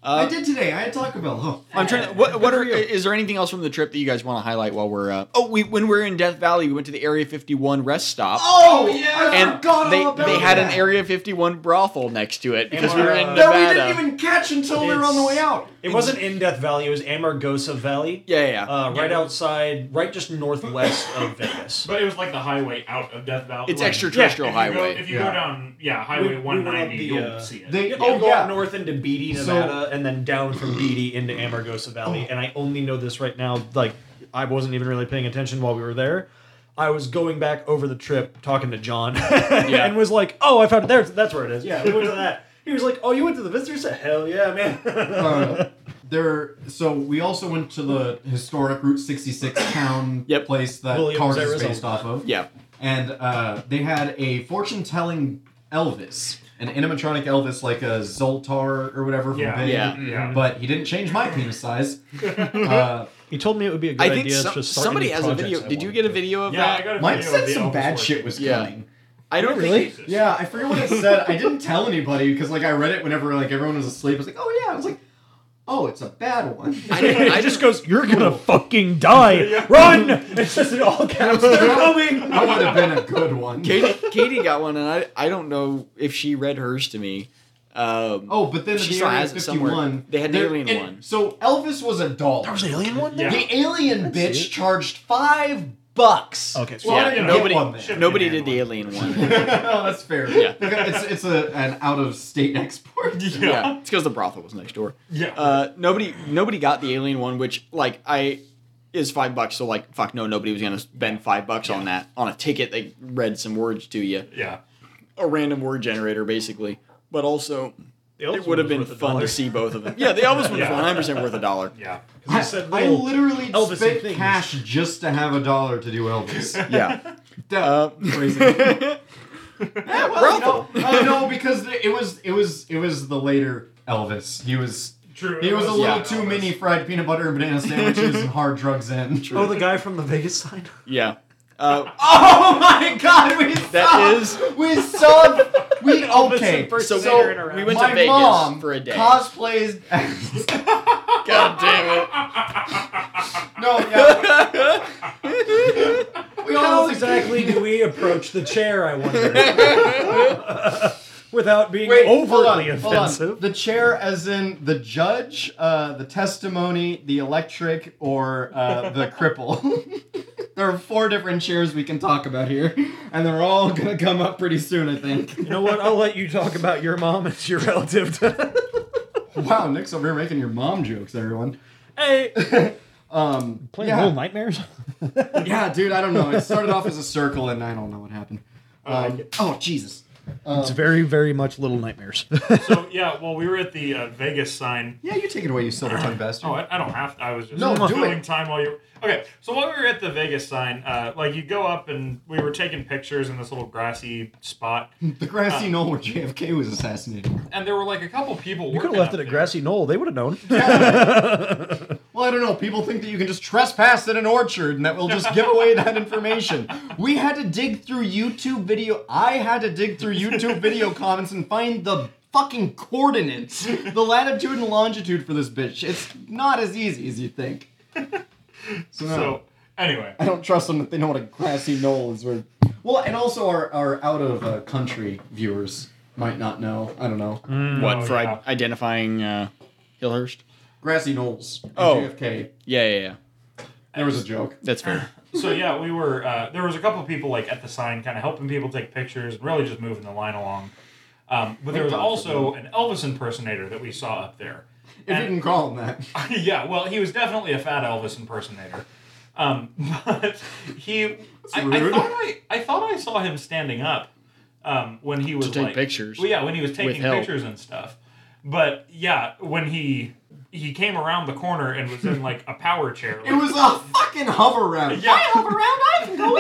I
Uh,
did today. I had Taco Bell. Oh.
I'm trying. To, what what are is there anything else from the trip that you guys want to highlight while we're? Uh, oh, we when we were in Death Valley, we went to the Area 51 rest stop.
Oh,
yeah.
I
and
forgot
they
all about
they had an
that.
Area 51 brothel next to it because we
we're,
were in
uh,
that
Nevada.
we didn't even catch until we were on the way out.
It wasn't in Death Valley. It was Amargosa Valley.
yeah, yeah. yeah.
Uh, right
Yeah.
outside, right just northwest of Vegas.
But it was like the highway out of Death Valley.
it's
Like,
extraterrestrial
if you go-
highway.
if you
Yeah.
go down, yeah, Highway
We- we went
190,
on the,
you'll
uh,
see it.
They,
oh,
oh
go out
yeah,
north into Beatty,
So-
Nevada, and then down from Beatty into Amargosa Valley. And I only know this right now. Like, I wasn't even really paying attention while we were there. I was going back over the trip talking to John and was like, oh, I found it there. That's where it is. Yeah, we went to that. He was like, oh, you went to the visitor center? Hell yeah, man.
uh, there. So we also went to the historic Route 66 town
Yep.
place that
Williams,
Cars is
Arizona.
based off of.
yeah.
and uh, they had a fortune-telling Elvis, an animatronic Elvis like a Zoltar or whatever from
Yeah.
Big.
Yeah.
yeah.
But he didn't change my penis size. Uh,
he told me it would be a good
I
idea
think some,
to start
somebody
new
has a
projects
video.
I
Did you
want
get a
to-
video of
yeah, I
that?
got a
mine
video of
said
the
some
Elvis
bad
work.
shit was
Yeah.
coming.
I don't
Really?
think.
Yeah, I forget what it said. I didn't tell anybody because like I read it whenever like everyone was asleep. I was like, oh yeah. I was like, oh, it's a bad one.
I, didn't- I
It
just
just
go.
goes, you're gonna fucking die. Run! It's just in all caps. They're coming.
That would have been a good one.
Katie, Katie got one, and I I don't know if she read hers to me. Um,
Oh, but then
She
the
still
Area
has it somewhere.
51.
They had an
there-
alien
and-
one.
So Elvis was a doll.
an alien one
there?
The alien bitch
it.
charged five bucks.
Okay, so
well,
yeah,
Oh, I didn't
nobody-
get one then.
Shit.
Nobody did the alien one.
oh, that's fair.
Yeah.
it's it's a, an out of state export.
Yeah.
Yeah, it's because the brothel was next door.
Yeah.
Uh, nobody nobody got the alien one, which like I is five bucks. So like fuck no, nobody was gonna spend five bucks on that on a ticket. They read some words to you,
yeah.
a random word generator basically. But also,
The
it would have been fun to see both of them. Yeah, the Elvis one was
Yeah.
one hundred percent worth a dollar.
Yeah.
I,
said
I
little
literally
Elvis and
spent
things.
cash just to have a dollar to do Elvis.
Yeah.
That-
Uh,
crazy. yeah, well,
brothel.
no, uh, no, because it was it was it was the later Elvis. He was
True.
he was a little
yeah,
too many fried peanut butter and banana sandwiches and hard drugs in.
Oh, the guy from the Vegas sign.
Yeah. Uh,
Oh my god, we
That
saw,
is-
we saw we okay.
so
So,
we went
my
to Vegas
mom
for a day.
cosplays.
God damn it.
no, yeah, we
How
all
exactly do we approach the chair? I wonder. Without being
Wait, hold on,
overtly
hold on.
offensive.
The chair, as in the judge, uh, the testimony, the electric, or uh, the cripple. There are four different chairs we can talk about here, and they're all gonna come up pretty soon, I
You
think.
know what? I'll let you talk about your mom as your relative.
wow, Nick's over here making your mom jokes, everyone.
hey,
Um,
playing
yeah.
Little Nightmares.
yeah, dude, I don't know. It started off as a circle, and I don't know what happened.
Uh,
Um, oh, Jesus.
It's very, very much Little Nightmares.
So yeah, well, we were at the uh, Vegas sign.
Yeah, you take it away, you silver tongued bastard.
Oh, I, I don't have. To, I was just
No, do
filling
it.
time while you. Okay, so while we were at the Vegas sign, uh, like you go up and we were taking pictures in this little grassy spot,
the
uh.
grassy knoll where JFK was assassinated.
and there were like a couple people.
You could have left it at grassy knoll. They would have known.
Well, I don't know. People think that you can just trespass in an orchard and that we'll just give away that information. We had to dig through YouTube video. I had to dig through YouTube video comments and find the fucking coordinates, the latitude and longitude for this bitch. It's not as easy as you think. So, no,
So anyway,
I don't trust them that they know what a grassy knoll is. Where, well, and also our, our out of uh, country viewers might not know. I don't know.
what
Oh,
for
yeah.
i- identifying uh, Hillhurst?
Grassy knolls. and
Oh.
JFK.
Yeah, yeah, yeah.
There was a joke.
That's fair.
so yeah, we were. Uh, there was a couple people like at the sign, kind of helping people take pictures, and really just moving the line along. Um, but there was
Thank God for
also an Elvis impersonator that we saw up there.
If you
And-
can call him that.
yeah, well, he was definitely a fat Elvis impersonator. Um, but he, I, I
rude.
thought I, I thought I saw him standing up um, when he was
take
like,
pictures.
Well, yeah, when he was taking
help.
pictures and stuff. But yeah, when he he came around the corner and was in like a power chair, like,
It was a fucking hover round.
Yeah.
I hover round, I can go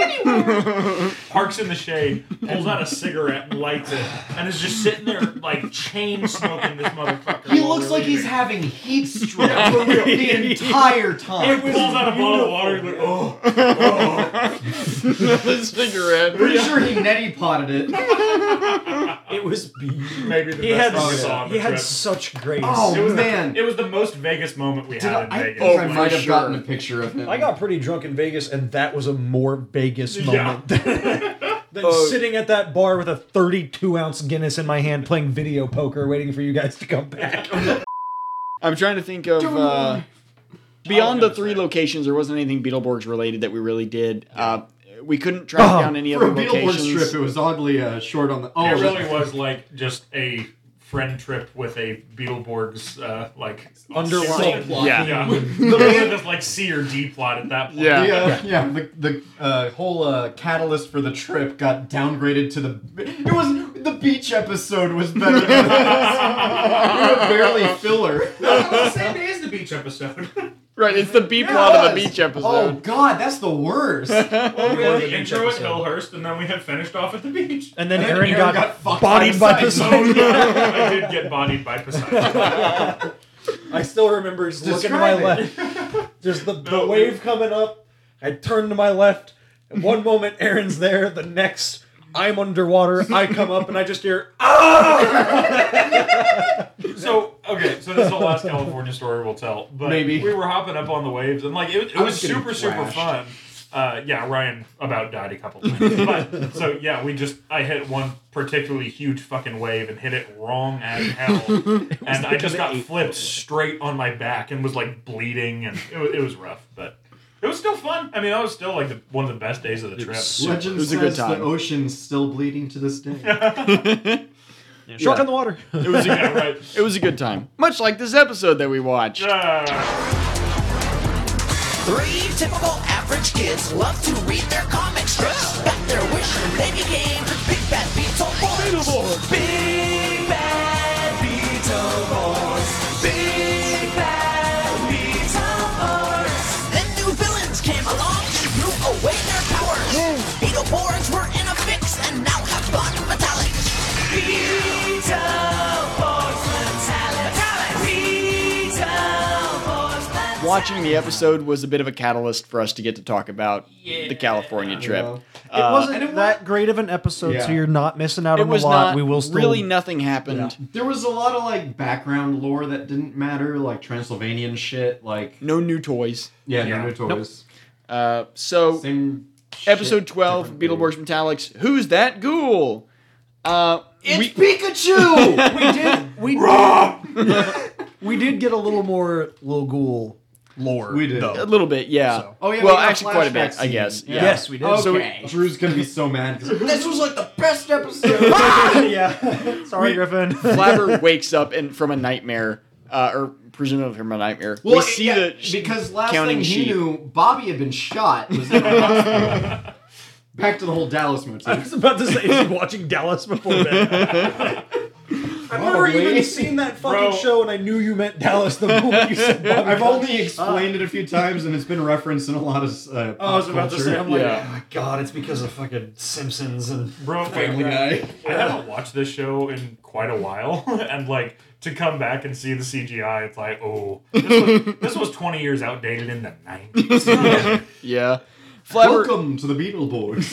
anywhere.
parks in the shade, pulls out a cigarette and lights it, and is just sitting there like chain smoking this motherfucker.
he
while
looks
we're
like he's
leaving.
having heat stroke for real the entire time.
He pulls out a bottle of water. Like, oh,
the cigarette.
Pretty sure he neti potted it.
it was beautiful.
maybe the
He
best
had,
song we
s-
saw on the
he had
trip.
such grace.
Oh
It was
man.
The, it was the most Vegas moment we
Did
had in
I, oh I
Vegas.
think I
Like,
might have
sure.
gotten a picture of him.
I got pretty drunk in Vegas, and that was a more Vegas
Yeah.
moment than, than sitting at that bar with a 32 ounce Guinness in my hand, playing video poker, waiting for you guys to come back.
I'm trying to think of uh, beyond the three locations. There wasn't anything Beetleborgs related that we really did. Uh, we couldn't track
Oh,
down any
for
other
a Beetleborgs
locations.
trip, it was oddly uh, short on the. Oh,
it really was like just a friend trip with a Beetleborgs uh, like
Underlying
subplot.
plot.
Yeah.
Yeah, literally just like C or D plot at that point.
Yeah.
The, uh, yeah, the, the uh, whole uh, catalyst for the trip got downgraded to the. It was the beach episode was better. Than this. we were barely filler.
the same day as the beach episode.
Right, it's the B
Yeah,
plot
it
of a
was.
beach
Oh
episode.
god, that's the worst. and
well, we
were
had the
the beach
intro at
episode.
Hillhurst, and then we had finished off at the beach.
And then
then
Aaron,
Aaron
got,
got fucked
bodied by
by
Oh
Poseidon.
yeah, I did get bodied by Poseidon.
I still remember just looking to my
Describe
left. There's the, the
No,
wave coming up. I turn to my left. At one moment, Aaron's there. The next, I'm underwater. I come up and I just hear, ah!
So okay, so this is the last California story we'll tell. But
Maybe.
we were hopping up on the waves, and like it, it
I
was
was getting
super super
thrashed.
fun. Uh, yeah, Ryan about died a couple times. but so yeah, we just I hit one particularly huge fucking wave and hit it wrong as hell, and I just got flipped straight on my back and was like bleeding, and it was, it was rough, but. It was still fun. I mean, that was still like the, one of the best days of the trip.
Legend
It was a
says
good time.
the ocean's still bleeding to this day.
Shark on the water.
It was a,
Yeah, right.
it was a good time. Much like this episode that we watched.
Ah.
Three typical average kids love to read their comic strips. Back their wish and they became Big Bad Beetleborgs. Big Bad Beetleborgs. Big Bad Beetleborgs. Then new villains came along and blew away their powers. Beetleborgs were in a fix and now have gone metallic. Beetleborgs metallic. Beetleborgs metallic.
Watching the episode was a bit of a catalyst for us to get to talk about the California trip. Uh,
know.
It wasn't
it wa-
that great of an episode, so
Yeah.
you're not missing out
It
on a
was
lot.
not.
We will still
really nothing happened.
There was a lot of like background lore that didn't matter, like Transylvanian shit, like
No new toys.
yeah,
Yeah.
no toys.
Uh, so
Same. shit,
episode twelve,
different
Beetleborgs Metallics. Who's that ghoul? Uh, we,
Pikachu.
we did we did, we did get a little more little ghoul lore.
We did.
A
Though.
little bit, yeah.
So-
Oh, yeah, we
well,
got
actually, quite a bit,
flashback
I guess.
scene.
Yeah.
Yes, we did.
Okay.
So we-
Drew's gonna be so mad because this was like the best episode.
yeah. Sorry, Griffin.
Flabber wakes up and from a nightmare, uh, or presumably from a nightmare. we see
yeah,
the sh-
because last
counting
thing he
sheep.
knew, Bobby had been shot. Was in a hospital. Back to the whole Dallas
I
motif.
was about to say, is he watching Dallas before bed? I've never
Probably.
even seen that fucking
Bro.
show, and I knew you meant Dallas the moment you said Bobby.
I've only explained it a few times, and it's been referenced in a lot of. Uh,
I was about to say, I'm like,
Yeah.
oh my god, it's because of fucking Simpsons and
Bro,
Family
like,
Guy.
I haven't watched this show in quite a while, and like to come back and see the CGI, it's like, oh, this was, this was 20 years outdated in the 90s.
yeah. Flabber,
Welcome to the Beetleborgs.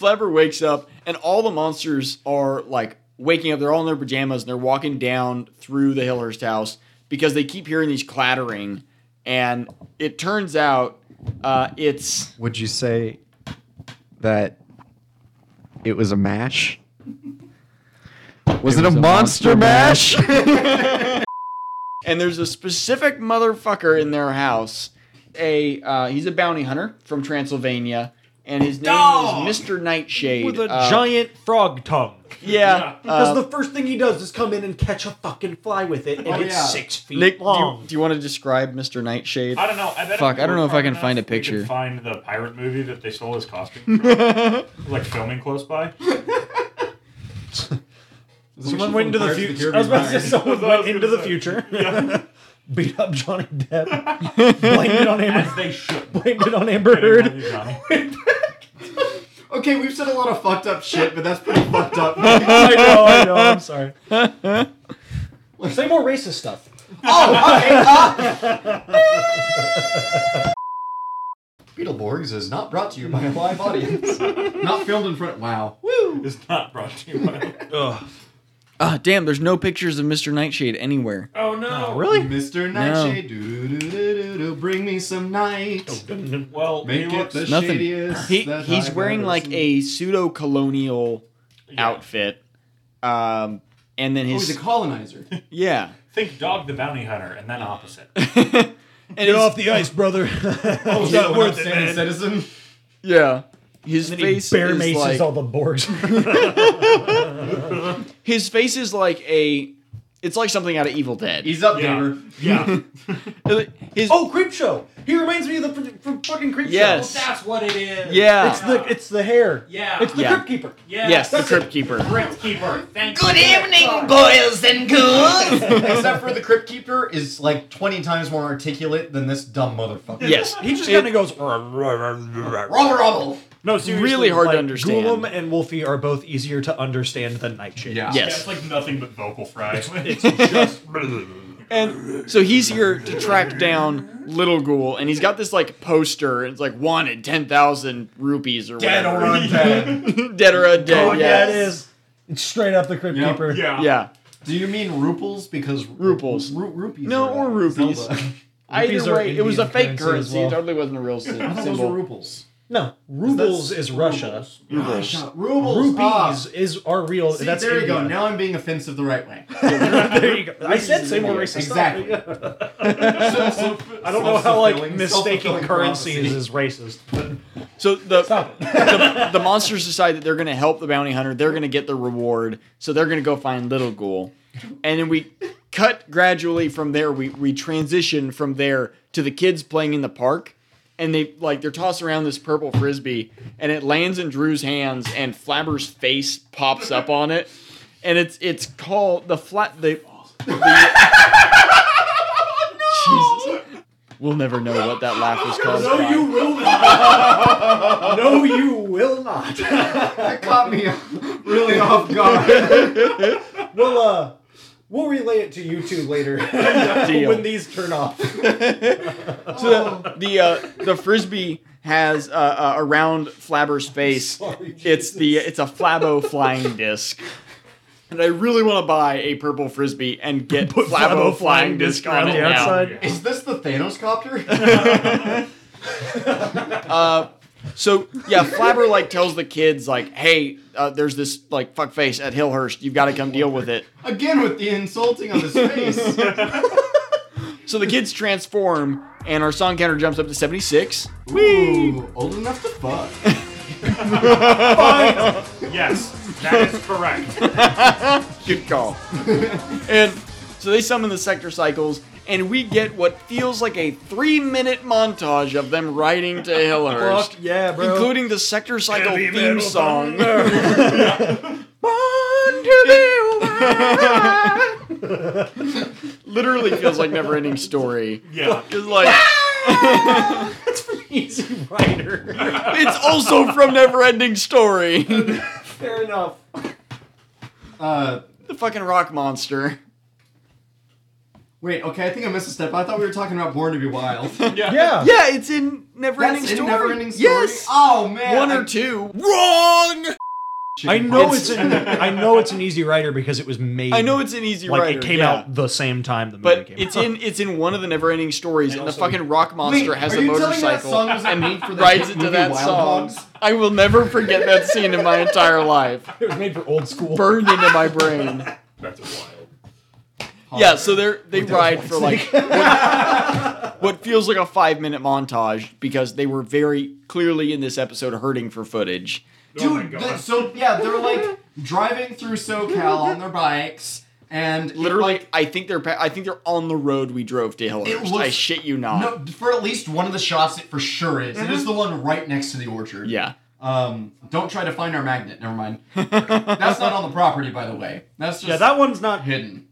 Flabber wakes up, and all the monsters are like waking up. They're all in their pajamas and they're walking down through the Hillhurst house because they keep hearing these clattering. And it turns out uh, it's
Would you say that it was a mash? Was it, a, monster, mash?
and there's a specific motherfucker in their house. A uh, he's a bounty hunter from Transylvania, and his name
Dog!
is Mr. Nightshade
with a
Uh,
giant frog tongue.
Yeah,
Because
uh,
the first thing he does is come in and catch a fucking fly with it, and
Oh,
it's
yeah.
six feet
Nick, do you,
long.
do you want to describe Mr. Nightshade?
I don't know. I bet if
Fuck,
we
I don't
were
know if I
smart
can
enough,
find a
we could
picture.
find the pirate movie that they stole his costume from, like filming close by.
someone went into the
Pirates of the
future.
Caribbean
I was about to
Iron.
say someone
That's what I
went
was
into
gonna
the
say.
future,
Yeah,
beat up Johnny Depp, blamed it on Amber,
as they should.
blamed it on Amber Heard.
okay, we've said a lot of fucked up shit, but that's pretty fucked up. oh,
I know, I know. I'm sorry. Say more racist stuff.
okay. Uh... Beetleborgs is not brought to you by a live audience. not filmed in front. Wow.
It's not brought to you by.
Ah, damn, there's no pictures of Mr. Nightshade anywhere.
Oh no!
Really?
Mr. Nightshade, do do do do do, bring me some night.
Well,
Make
he
it
looks.
the
Nothing.
shadiest.
He,
that
he's
I've
wearing
ever
like
seen.
a pseudo colonial outfit. Um, and then
Oh, he's
his.
a colonizer.
yeah.
Think Dog the Bounty Hunter, and then opposite.
And his,
the ice, brother.
He's
not
an
worth it,
upstanding
man.
citizen.
yeah. His face
Bear
is
maces
like.
all the Borgs.
his face is like a. It's like something out of Evil Dead.
He's up,
Yeah.
gamer.
Yeah.
His,
oh, creep show. He reminds me of the fr- from fucking creep
Yes.
show.
That's what it is.
yeah.
It's the it's the hair.
Yeah.
It's the
Yeah.
Crypt Keeper.
yeah.
yes, the
that's
Crypt Keeper.
Crypt Keeper. Thank
Good
you.
evening, boys and ghouls.
Except for the Crypt Keeper is like 20 times more articulate than this dumb motherfucker.
Yes.
He just kind
It-
of goes.
Robble robble.
No, seriously.
Really hard to
like,
understand.
Ghoulam and Wolfie are both easier to understand than Nightshade.
Yeah.
Yeah, it's
Yes.
like nothing but vocal fry.
And so he's here to track down Little Ghoul, and he's got this like poster. And it's like wanted ten thousand rupees or
Dead or
whatever.
undead.
dead or undead.
Oh, yeah,
yes.
it is. It's straight up the Crypt
Yeah.
Keeper.
yeah.
Yeah,
Do you mean ruples? Because
Ruples.
Ru- rupees.
No,
are, uh,
or rupees.
Zelda.
Rupees
Either
are
way, it was a
Indian
fake
currency as
currency. It
well.
totally wasn't a real sy-
I thought those were
symbol.
ruples.
No, rubles is Russia.
Rubles.
Ah, shut- rubles.
Rupees
Ah.
is are real.
See,
that's
there you go.
India.
Now I'm being offensive the right way.
there you go. I said say more racist
Exactly.
stuff. I don't know how like mistaking currencies is racist.
So the, the the monsters decide that they're going to help the bounty hunter. They're going to get the reward. So they're going to go find Little Ghoul, and then we cut gradually from there. We we transition from there to the kids playing in the park, and they like they're tossing around this purple frisbee, and it lands in Drew's hands, and Flabber's face pops up on it, and it's it's called the flat the. the Jesus. We'll never know what that laugh was caused by.
will not. no, you will not.
That caught me really off guard.
We'll uh, we'll relay it to you two later
Deal.
when these turn off.
the uh, the frisbee has uh, uh, around Flabber's face. it's the it's a Flabbo flying disc. And I really want to buy a purple frisbee and get Flabbo, flying, disc on it
the
now.
outside.
Is this the Thanos copter?
So yeah, Flabber like tells the kids like, "Hey, uh, there's this like fuckface at Hillhurst. You've got to come deal with it."
Again with the insulting on his face.
So the kids transform, and our song counter jumps up to 76.
Ooh, old enough to fuck.
Yes, that is correct.
Good call. and so they summon the sector cycles, and we get what feels like a three minute montage of them riding to Hillhurst.
Fuck yeah, bro.
Including the sector cycle
Heavy
theme
metal
song. Literally feels like never ending story.
Yeah.
It's like
Easy Rider.
it's also from Never Ending Story. the
Fair enough.
Uh,
fucking rock monster.
wait, okay, I think I missed a step. I thought we were talking about Born to Be Wild.
Yeah.
Yeah, it's in Never
That's
Ending
in
Story.
Never Ending Story.
Yes.
Oh man.
One
I-
or two. Wrong.
I know it's an e, I know it's an Easy Rider because it was made.
I know it's an easy
like
Rider,
it came
yeah.
out the same time the movie
But
came
it's
out.
in it's in one of the never ending stories, and, the
also-
fucking rock monster
Wait,
has
are
a
you telling me
motorcycle
That song was
and
made for that
rides into
movie
that
Wild
song.
Hogs?
I will never forget that scene in my entire life.
It was made for old school.
Burned into my brain.
That's wild.
Yeah, so they they ride for like what, what feels like a five minute montage because they were very clearly in this episode hurting for footage.
Oh my
Dude,
God.
th- so yeah, they're like driving through SoCal on their bikes, and it,
Literally,
like,
I think they're pa- I think they're on the road we drove to Hillhurst.
looks-
I shit you not. Mm-hmm.
no, for at least one of the shots, it for sure is. It is the one right next to the orchard.
Yeah,
Um, don't try to find our magnet. Never mind. That's not on the property, by the way. That's just
yeah, that one's not.
hidden.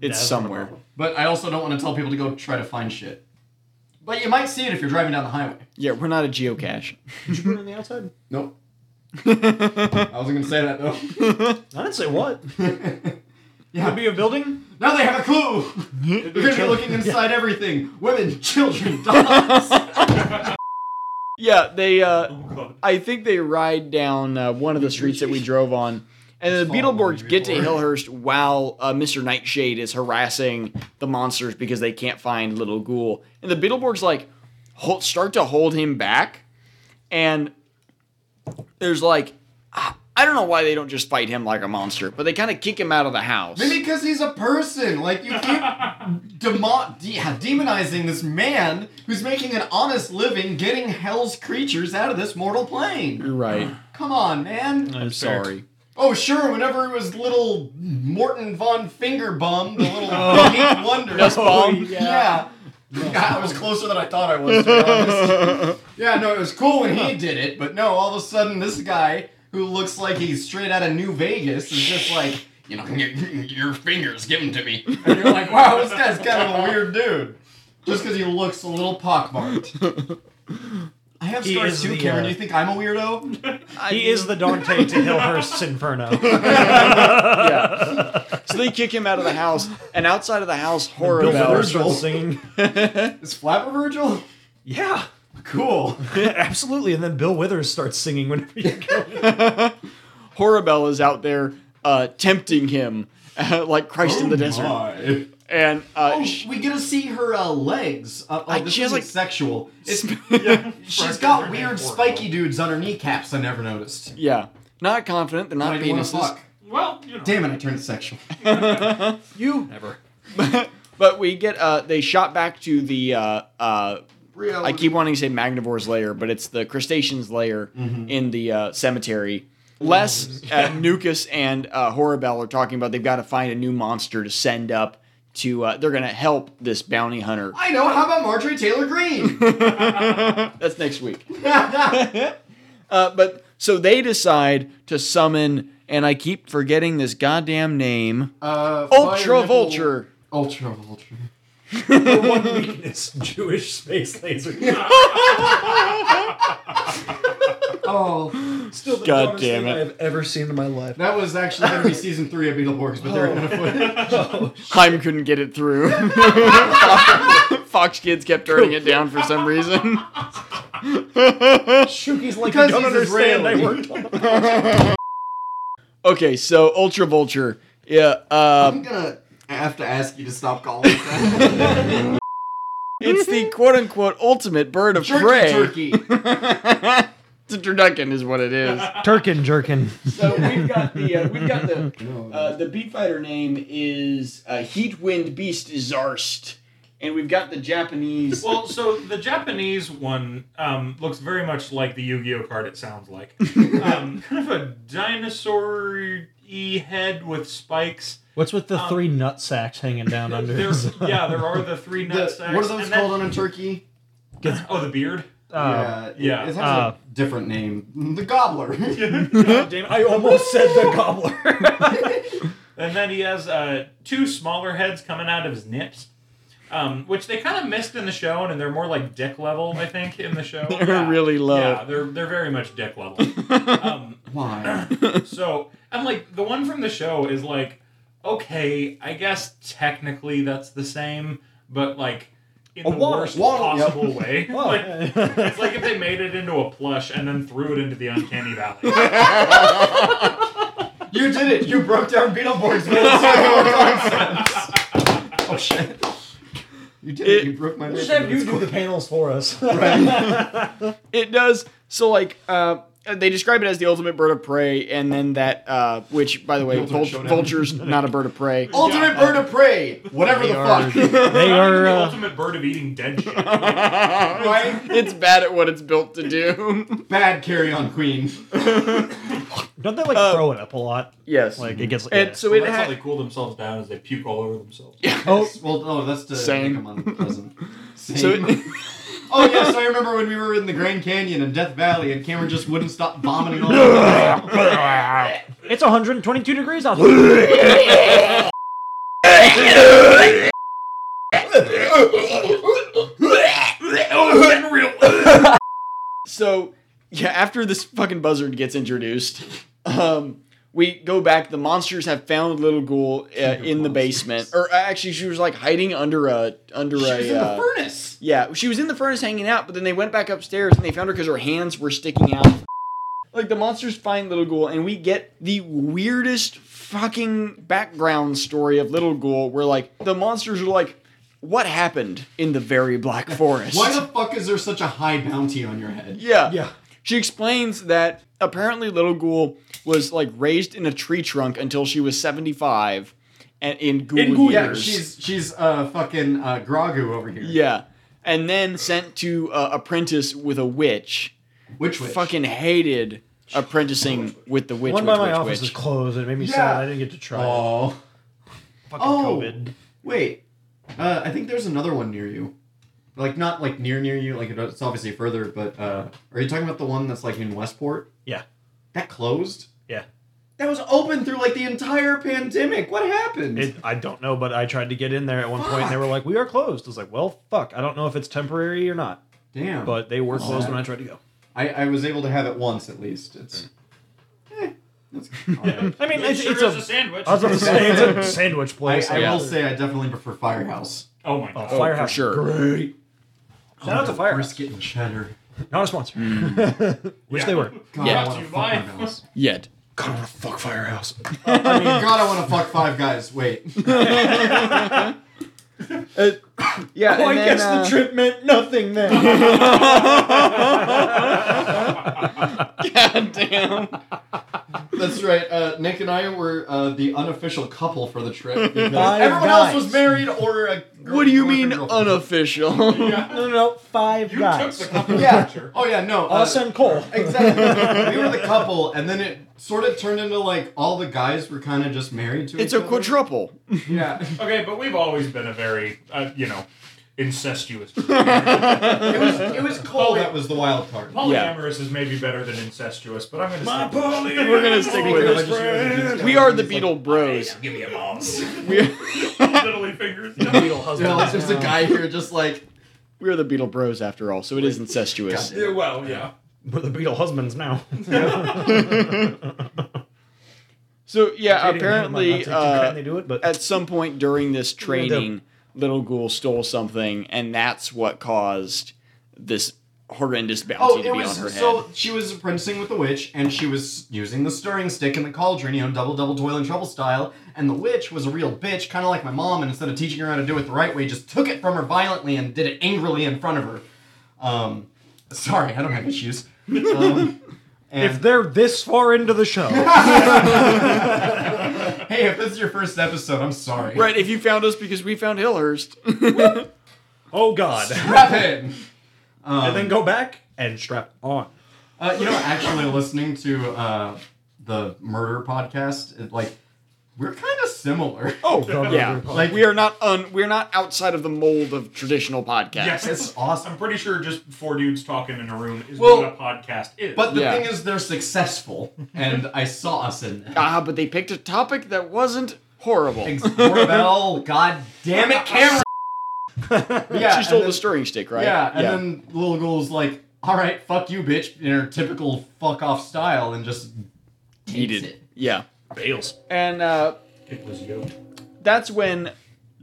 it's somewhere.
But I also don't want to tell people to go try to find shit. But you might see it if you're driving down the highway.
Yeah, we're not a geocache.
Did you put it on the outside?
Nope. I wasn't gonna say that though.
I didn't say what.
Yeah.
Could be a building.
Now they have a clue. They're gonna be looking inside everything: women, children, dogs.
Yeah, they. Uh,
Oh God.
I think they ride down uh, one of the streets that we drove on, and the
follow the
Beetleborgs get to Hillhurst
Beetleborgs.
while uh, Mister Nightshade is harassing the monsters because they can't find Little Ghoul, and the Beetleborgs like hold, start to hold him back, and there's like. ah, I don't know why they don't just fight him like a monster, but they kind of kick him out of the house.
Maybe because he's a person. Like you keep demo- de- demonizing this man who's making an honest living, getting hell's creatures out of this mortal plane.
You're right.
Come on, man.
I'm sorry.
Oh, sure. Whenever it was little Morton von Fingerbum, the little oh. wonder.
Dust bomb.
Yeah. God, I was closer than I thought I was. To be honest. yeah, no, it was cool when he did it, but no, all of a sudden this guy who looks like he's straight out of New Vegas is just like, you know, your, your fingers, give them to me, and you're like, wow, this guy's kind of a weird dude, just because he looks a little pockmarked. I have
He
scars
is
too,
the,
Cameron.
uh,
You think I'm a weirdo?
He is the Dante to Hillhurst's Inferno.
Yeah. so they kick him out of the house, and outside of the house, horror
Bill Burr
bells.
starts singing.
Is Flapper Virgil?
Yeah,
Cool.
absolutely. And then Bill Withers starts singing whenever you go.
Horabel is out there uh, tempting him, like Christ in the desert.
Oh My.
And uh,
Oh,
sh-
we get to see her uh, legs. Uh, oh,
I-
this
she has,
is like
like-
sexual. It's,
Yeah.
she's
Front
got
and
weird
back door.
spiky dudes on her kneecaps. I never noticed.
yeah, not confident. They're not
Like, what the
penises.
fuck?
Well, you know.
Damn it! I turned sexual.
You never.
But we get uh, they shot back to the uh, uh,
Real.
I keep wanting to say Magnivore's lair, but it's the crustaceans lair
Mm-hmm.
in the uh, cemetery. Les, uh, Nukas, and uh, Horabel are talking about they've got to find a new monster to send up to. Uh, they're going to help this bounty hunter.
I know. How about Marjorie Taylor Greene?
That's next week. Uh, but so they decide to summon, and I keep forgetting this goddamn name.
uh, Fire
Ultra
Nipple-
Vulture.
Ultra Vulture.
The one weakness: Jewish space laser.
Oh,
Still the
God
dumbest
damn
thing
it.
I have ever seen in my life.
that was actually going to be season three of Beetleborgs, but they're going to put it.
Heim couldn't get it through. Fox Kids kept turning it down for some reason.
Shuki's like,
Because
you don't
he's
understand.
Israeli.
I worked on the
Okay, so Ultra Vulture. Yeah, uh,
I'm going to have to ask you to stop calling it that.
it's the quote unquote ultimate bird of
Jerky
prey.
Turkey.
It's a turducken, is what it is.
Turkin jerkin.
So we've got the uh, we've got the uh, the beat fighter name is uh, Heat Wind Beast Zarst, and we've got the Japanese.
Well, so the Japanese one um, looks very much like the Yu-Gi-Oh card. It sounds like um, kind of a dinosaur-y head with spikes.
What's with the
Um,
three nut sacks hanging down under?
There,
his-
yeah, there are the three
The-
nut sacks.
what are those
and that-
called on a turkey?
oh, the beard.
Uh,
yeah, it-
yeah.
It has
Uh,
a different name. The gobbler.
God damn it.
I almost said the gobbler.
And then he has uh, two smaller heads coming out of his nips, um, which they kind of missed in the show, and they're more like dick level, I think, in the show.
They're really low.
Yeah, they're they're very much dick level. um,
Why?
so and like the one from the show is like, okay, I guess technically that's the same, but like in the
waddle,
worst
waddle, yep.
possible way. Like, it's like if they made it into a plush and then threw it into the uncanny valley.
You did it. You broke down Beetleborgs with a circular concepts. Oh shit. You did it.
It-
You broke my.
Just
record.
have you do the panels for us.
It does. So like uh, they describe it as the ultimate bird of prey, and then that uh, which by the way,
ultimate
vul-
showdown.
vultures not a bird of prey.
Ultimate bird of prey. Whatever the fuck.
they
Not even
are.
the
Uh,
ultimate bird of eating dead shit.
right?
It's bad at what it's built to do.
Bad carry on queen.
don't they like throw it up a lot?
yes.
Like it gets.
and
yeah.
so
Well,
it
that's how
had
they cool themselves down is they puke all over themselves.
Oh, well, no, that's to
Same.
make them unpleasant. Same.
so it,
oh yes, I remember when we were in the Grand Canyon and Death Valley, and Cameron just wouldn't stop vomiting all over. us.
it's 122 degrees out. there.
so yeah, after this fucking buzzard gets introduced, um, we go back. The monsters have found little ghoul uh, in the basement, or uh, actually, she was like hiding under a under
She
a.
was in the
uh,
furnace.
Yeah, she was in the furnace hanging out, but then they went back upstairs and they found her because her hands were sticking out. Like the monsters find Little Ghoul, and we get the weirdest fucking background story of Little Ghoul, where like the monsters are like, "What happened in the very black forest?"
Why the fuck is there such a high bounty on your head?
yeah,
Yeah.
She explains that apparently Little Ghoul was like raised in a tree trunk until she was seventy-five, and in ghoul,
Yeah,
years.
she's she's uh fucking uh Grogu over here.
yeah, and then sent to uh, apprentice with a witch.
Which witch?
fucking hated apprenticing with the witch.
One
witch,
by my
witch,
office
witch.
is closed. and It made me
Yeah.
sad. I didn't get to try. it.
Oh.
Fucking
Oh.
COVID.
Wait, uh, I think there's another one near you. Like not like near near you. Like it's obviously further, but uh, are you talking about the one that's like in Westport?
Yeah.
That closed.
Yeah.
That was open through like the entire pandemic. What happened?
It, I don't know, but I tried to get in there at one point, and they were like, "We are closed." I was like, "Well, fuck. I don't know if it's temporary or not."
Damn.
But they were closed
sad.
when I tried to go.
I, I was able to have it once at least. It's. Eh, that's all right.
I mean,
It
it's,
sure
it's
is
a.
sandwich.
I was about to say it's a sandwich
I,
place.
I
Yeah.
will say I definitely prefer Firehouse.
oh my
Oh,
god.
Firehouse.
for sure.
Great. Shout out to Firehouse.
Brisket and cheddar.
Not a sponsor. Wish
Yeah.
they were.
God,
Yeah.
I want to
You
fuck
buy-
Firehouse.
Yet.
God, I want to fuck Firehouse.
I mean, God, I want to fuck Five Guys. Wait.
Yeah.
Oh, I
and then,
guess
uh,
the trip meant nothing then.
God damn.
That's right. Uh, Nick and I were uh, the unofficial couple for the trip. Because
Five
everyone
guys.
else was married or a. girl-
What do you
boyfriend,
mean
girlfriend.
unofficial?
Yeah.
no, no, no. Five
You
guys.
took the couple
Yeah.
picture.
Oh yeah, no.
Us and Cole.
exactly. we were the couple, and then it sort of turned into like all the guys were kind of just married to
it's
each
a
other.
quadruple.
Yeah,
Okay, but we've always been a very, uh, you know, incestuous.
it was it was Cole Oh, that was the wild card.
Polyamorous is maybe better than incestuous, but I'm gonna. My poly.
We're gonna stick with
Because I
it.
just realized-
We are the Beetle Bros.
Give me a mom's.
We,
Fiddly fingers. Yeah.
No, there's a guy here just like
we are the Beetle Bros after all, so it is incestuous.
Yeah, well, yeah.
We're the Beatle husbands now.
So yeah,
Dating man
apparently
might not take too kindly
uh,
to it, but
at some point during this
gonna do-
training, Little Ghoul stole something, and that's what caused this horrendous bounty
oh,
to
it
be on
was
her head.
so she was apprenticing with the witch, and she was using the stirring stick in the cauldron, you know, double double toil and trouble style. And the witch was a real bitch, kind of like my mom, and instead of teaching her how to do it the right way, just took it from her violently and did it angrily in front of her. Um, sorry, I don't have issues. Um, and-
if they're this far into the show,
hey, if this is your first episode, I'm sorry.
Right, if you found us because we found Hillhurst.
Oh God.
Strap in. Um,
and then go back and strap on.
Uh, you know, actually listening to uh, the murder podcast, it, like we're kind of similar.
Oh God,
Yeah.
like
We are not un, we're not outside of the mold of traditional podcasts.
Yes,
It's
I'm
awesome.
pretty sure just four dudes talking in a room is
Well,
what a podcast is.
But the
Yeah.
thing is, they're successful, and I saw us in that.
Ah, but they picked a topic that wasn't horrible.
Thanks, Corbell. God damn it, Cameron. yeah,
She
and
stole
then-
the stirring stick, right?
Yeah, and then Lil Ghoul's like, "All right, fuck you, bitch," in her typical fuck off style, and just
heated.
it.
Yeah,
Bales.
and uh,
it was yoked.
that's when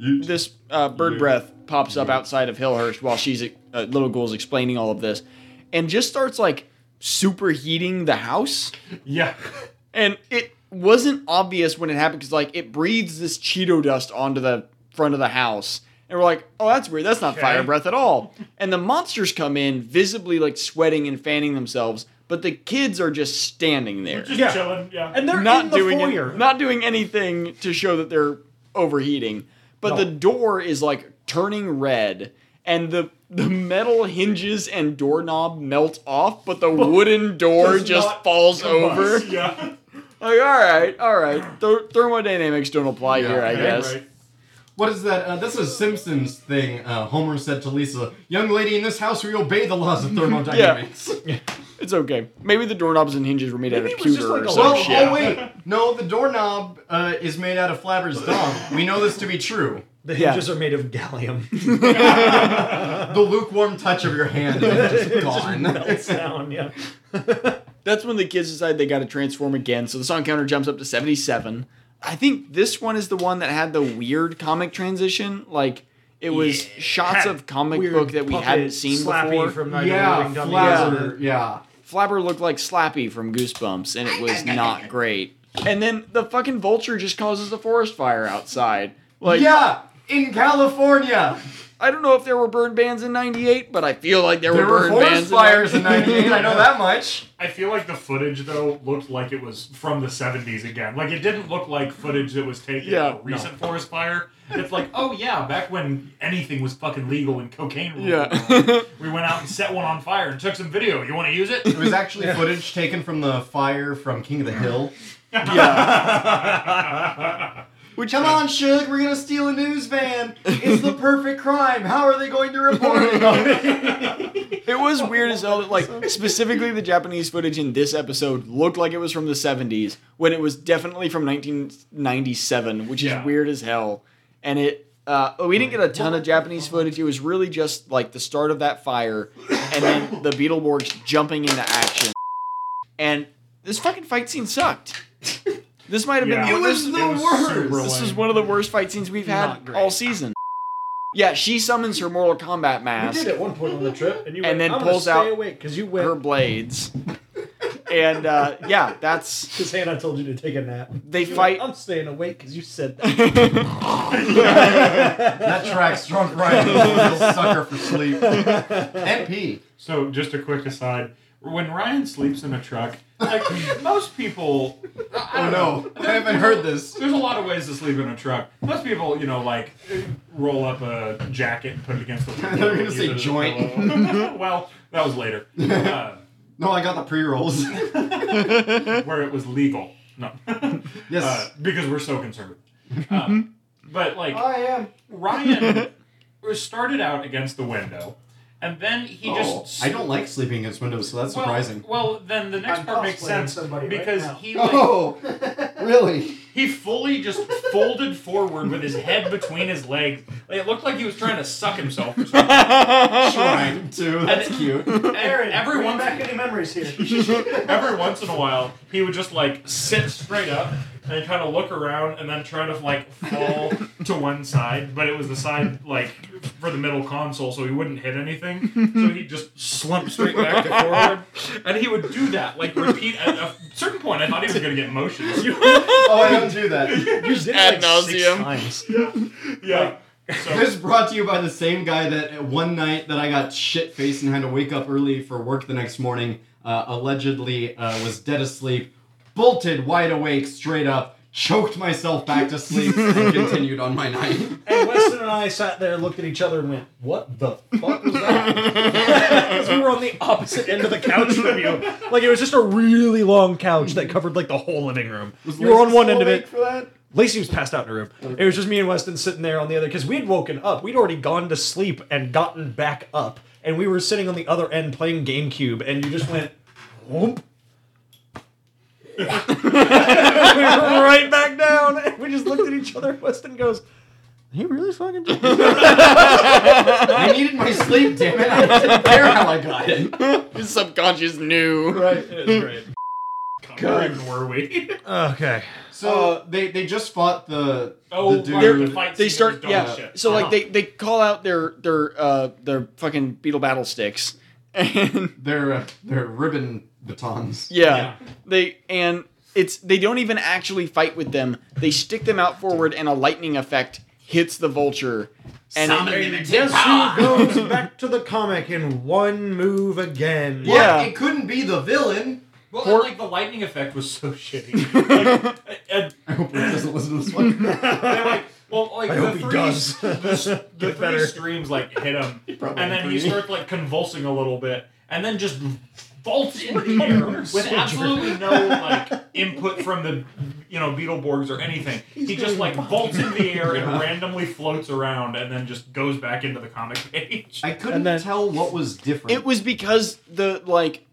Yeet.
this uh, bird breath pops up outside of Hillhurst while she's uh, little ghoul's explaining all of this, and just starts like superheating the house,
Yeah.
and it wasn't obvious when it happened because like it breathes this Cheeto dust onto the front of the house. And we're like, oh, that's weird. That's not fire
Okay.
breath at all. And the monsters come in, visibly like sweating and fanning themselves, but the kids are just standing there.
Just
Yeah.
chilling. Yeah.
And they're
not
in the
doing
foyer.
it, not doing anything to show that they're overheating. But
No.
the door is like turning red, and the the metal hinges and doorknob melt off, but the wooden door
does
just
not
falls over. Like,
yeah.
all right, all right, Th- thermodynamics don't apply
Yeah,
here, I
okay,
guess.
Right.
What is that? Uh, that's a Simpsons thing. Uh, Homer said to Lisa, "Young lady in this house, we obey the laws of thermodynamics."
It's okay. Maybe the doorknobs and hinges were made out
Maybe
of
it was just
pewter
like
or
a
some
Well,
shit.
oh wait, no, the doorknob uh, is made out of Flabber's dong. We know this to be true.
The
Yeah.
hinges are made of gallium.
The lukewarm touch of your hand is just gone.
Melts down. Yeah.
That's when the kids decide they got to transform again. So the song counter jumps up to 77. I think this one is the one that had the weird comic transition. Like it was shots of comic
Weird
book that we
puppet
hadn't seen
Slappy
before.
from Night
yeah,
of the Living Dummies.
Flabber. Yeah.
Flapper looked like Slappy from Goosebumps, and it was not great. And then the fucking vulture just causes a forest fire outside. Like
yeah, in California,
I don't know if there were burn bans in '98, but I feel like there,
there
were
were
burn
forest
bans.
fires in
in
'98. I know that much.
I feel like the footage though looked like it was from the 70s again. Like it didn't look like footage that was taken
Yeah,
in a recent forest fire. It's like, oh yeah, back when anything was fucking legal and cocaine ruled. the
yeah.
world, we went out and set one on fire and took some video. You want to use it?
It was actually footage taken from the fire from King of the Hill.
yeah.
Which uh, come on, Suge, we're gonna steal a news van. It's the perfect crime. How are they going to report it?
It was weird as hell that, like, specifically the Japanese footage in this episode looked like it was from the 70s when it was definitely from 1997, which is
Yeah.
weird as hell. And it, uh, we didn't get a ton of Japanese footage. It was really just like the start of that fire and then the Beetleborgs jumping into action. And this fucking fight scene sucked. This might have
Yeah.
been
It was
this-
the worst.
super
This is
lame.
one of the worst fight scenes we've had all season. Yeah, she summons her Mortal Kombat mask.
at one point on the trip, and you
Mm-hmm. And then pulls out
because you
her
went
blades. and uh, yeah, that's
because Hannah told you to take a nap.
they
You
fight.
went, I'm staying awake because you said that.
that tracks drunk Ryan is a sucker for sleep. And pee.
So, just a quick aside. When Ryan sleeps in a truck, like most people,
Oh no, I haven't heard this.
there's a lot of ways to sleep in a truck. Most people, you know, like roll up a jacket and put it against the window.
They're gonna
and use
say
it as a
joint.
pillow. well, that was later, uh,
No, I got the pre rolls.
where it was legal. No,
Yes.
uh, because we're so conservative. Um, but like,
Mm-hmm. I am.
Ryan was started out against the window, and then he
Oh,
just.
I don't like sleeping against windows, so that's
well,
surprising.
Well, then the next
I'm
part makes
cosplaying
sense
somebody right
because
now.
he like,
Oh. really?
he fully just folded forward with his head between his legs. Like, it looked like he was trying to suck himself. Or something.
Trying to. That's
And-
cute. Oh,
And every once
any memories here?
every once in a while, he would just like sit straight up and kind of look around and then try to like fall to one side, but it was the side like for the middle console, so he wouldn't hit anything. So he'd just slump straight back to forward, and he would do that like repeat. At a certain point, I thought he was gonna get motions.
Oh, I don't do that.
You did
Ad
it like six
nauseam.
times.
yeah. So,
This brought to you by the same guy that uh, one night that I got shit faced and had to wake up early for work the next morning, uh, allegedly uh, was dead asleep, bolted wide awake straight up, choked myself back to sleep, and continued on my night.
And Weston and I sat there, looked at each other, and went, "What the fuck was that?" Because we were on the opposite end of the couch from you. Like it was just a really long couch that covered like the whole living room. you were on one end of it.
For that?
Lacey was passed out in a room. It was just me and Weston sitting there on the other because we had woken up. We'd already gone to sleep and gotten back up, and we were sitting on the other end playing GameCube. And you just went, whoop. we were right back down, and we just looked at each other. Weston goes, "He really fucking." did that?"
I needed my sleep, damn it! I didn't care how I got it.
His subconscious knew.
Right.
Good. Were we?
Okay.
So they they just fought the
Oh,
the dude.
right, the
They
fight scene was
start,
dog
yeah.
shit.
So like
Uh-huh.
they, they call out their their uh their fucking beetle battle sticks, and
Their uh, their ribbon batons.
yeah,
Yeah.
they and it's they don't even actually fight with them. They stick them out forward, and a lightning effect hits the vulture, and it-
Summon them into
Guess
power.
who goes back to the comic in one move again?
Yeah.
But it couldn't be the villain.
Well, and, like the lightning effect was so shitty. Like, and-
I hope he doesn't listen to this one.
they're like, well, like
I
the
hope he
three,
does.
the, the three
better.
streams like hit him,
probably
and then he
agree.
starts like convulsing a little bit, and then just vaults into the air with absolutely no like input from the you know Beetleborgs or anything. He just like vaults in the air and randomly floats around, and then just goes back into the comic page.
I couldn't
then-
tell what was different.
It was because the like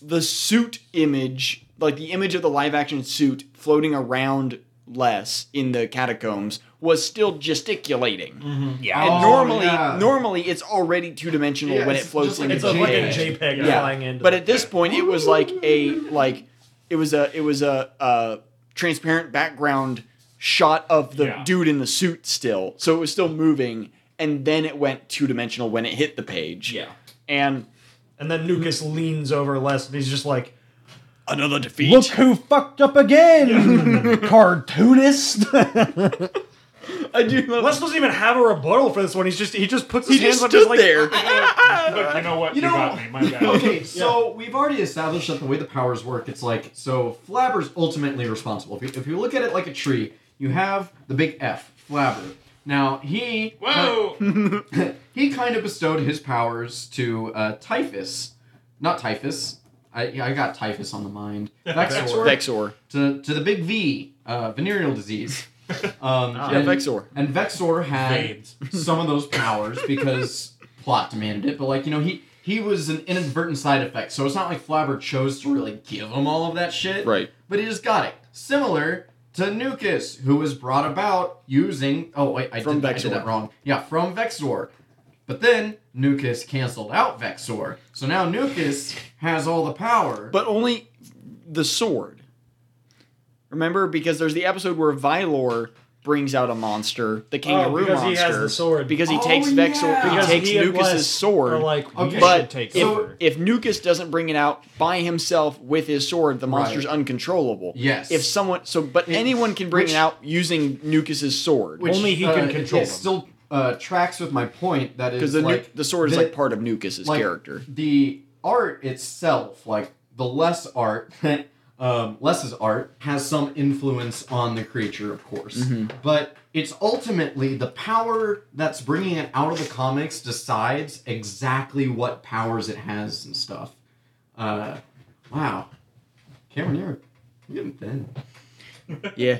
the suit image, like the image of the live action suit floating around less in the catacombs was still gesticulating.
Mm-hmm.
Yeah.
And
Oh,
normally
yeah.
normally it's already two dimensional
Yeah,
when it
it's
floats
just like
in
It's
the
a fucking
JPEG.
JPEG.
JPEG
Yeah.
flying in.
But at this point it was like a like it was a it was a uh transparent background shot of the
Yeah.
dude in the suit still. So it was still moving and then it went two dimensional when it hit the page.
Yeah.
And
and then Lucas leans over Les and he's just like,
another defeat.
"Look who fucked up again, cartoonist."
I do love
Les doesn't even have a rebuttal for this one. He's just he just puts his
He
hands
just
up. He's
stood
like,
there.
But you know what? You,
know-
got me. My bad.
Okay, so we've already established that the way the powers work, it's like so Flabber's ultimately responsible. If you, if you look at it like a tree, you have the big F, Flabber. Now he
Whoa!
he kind of bestowed his powers to uh, Typhus, not Typhus. I yeah, I got Typhus on the mind. Vexor.
Vexor.
to to the big V, uh, venereal disease. Um,
Yeah, Vexor.
and Vexor had
Veins.
some of those powers because plot demanded it, but like you know he he was an inadvertent side effect, so it's not like Flabber chose to really give him all of that shit,
Right.
But he just got it. Similar to Nukus, who was brought about using oh wait I,
From
did, I did
Vexor.
that wrong yeah from Vexor. But then Nukus canceled out Vexor, so now Nukus has all the power.
But only the sword. Remember? Because there's the episode where Vylor brings out a monster, the kangaroo
Oh, because he
monster.
has the sword.
Because he
Oh,
takes
yeah.
Vexor he
Because
takes
he and
Nukas'
Les
sword.
Are like, we
Okay.
should
but
take
if,
over.
if Nukas doesn't bring it out by himself with his sword, the monster's uncontrollable.
Yes.
If someone so but anyone can bring
which-
it out using Nukas' sword.
Which,
Only he can
uh,
control
It
them.
still uh, tracks with my point that is
Because the nu-
like
the sword is
the-
like part of Nukas'
like,
character.
The art itself, like the less art, um, less's art has some influence on the creature, of course.
Mm-hmm.
But it's ultimately the power that's bringing it out of the comics decides exactly what powers it has and stuff. Uh, wow, Cameron, you're you're getting thin.
Yeah.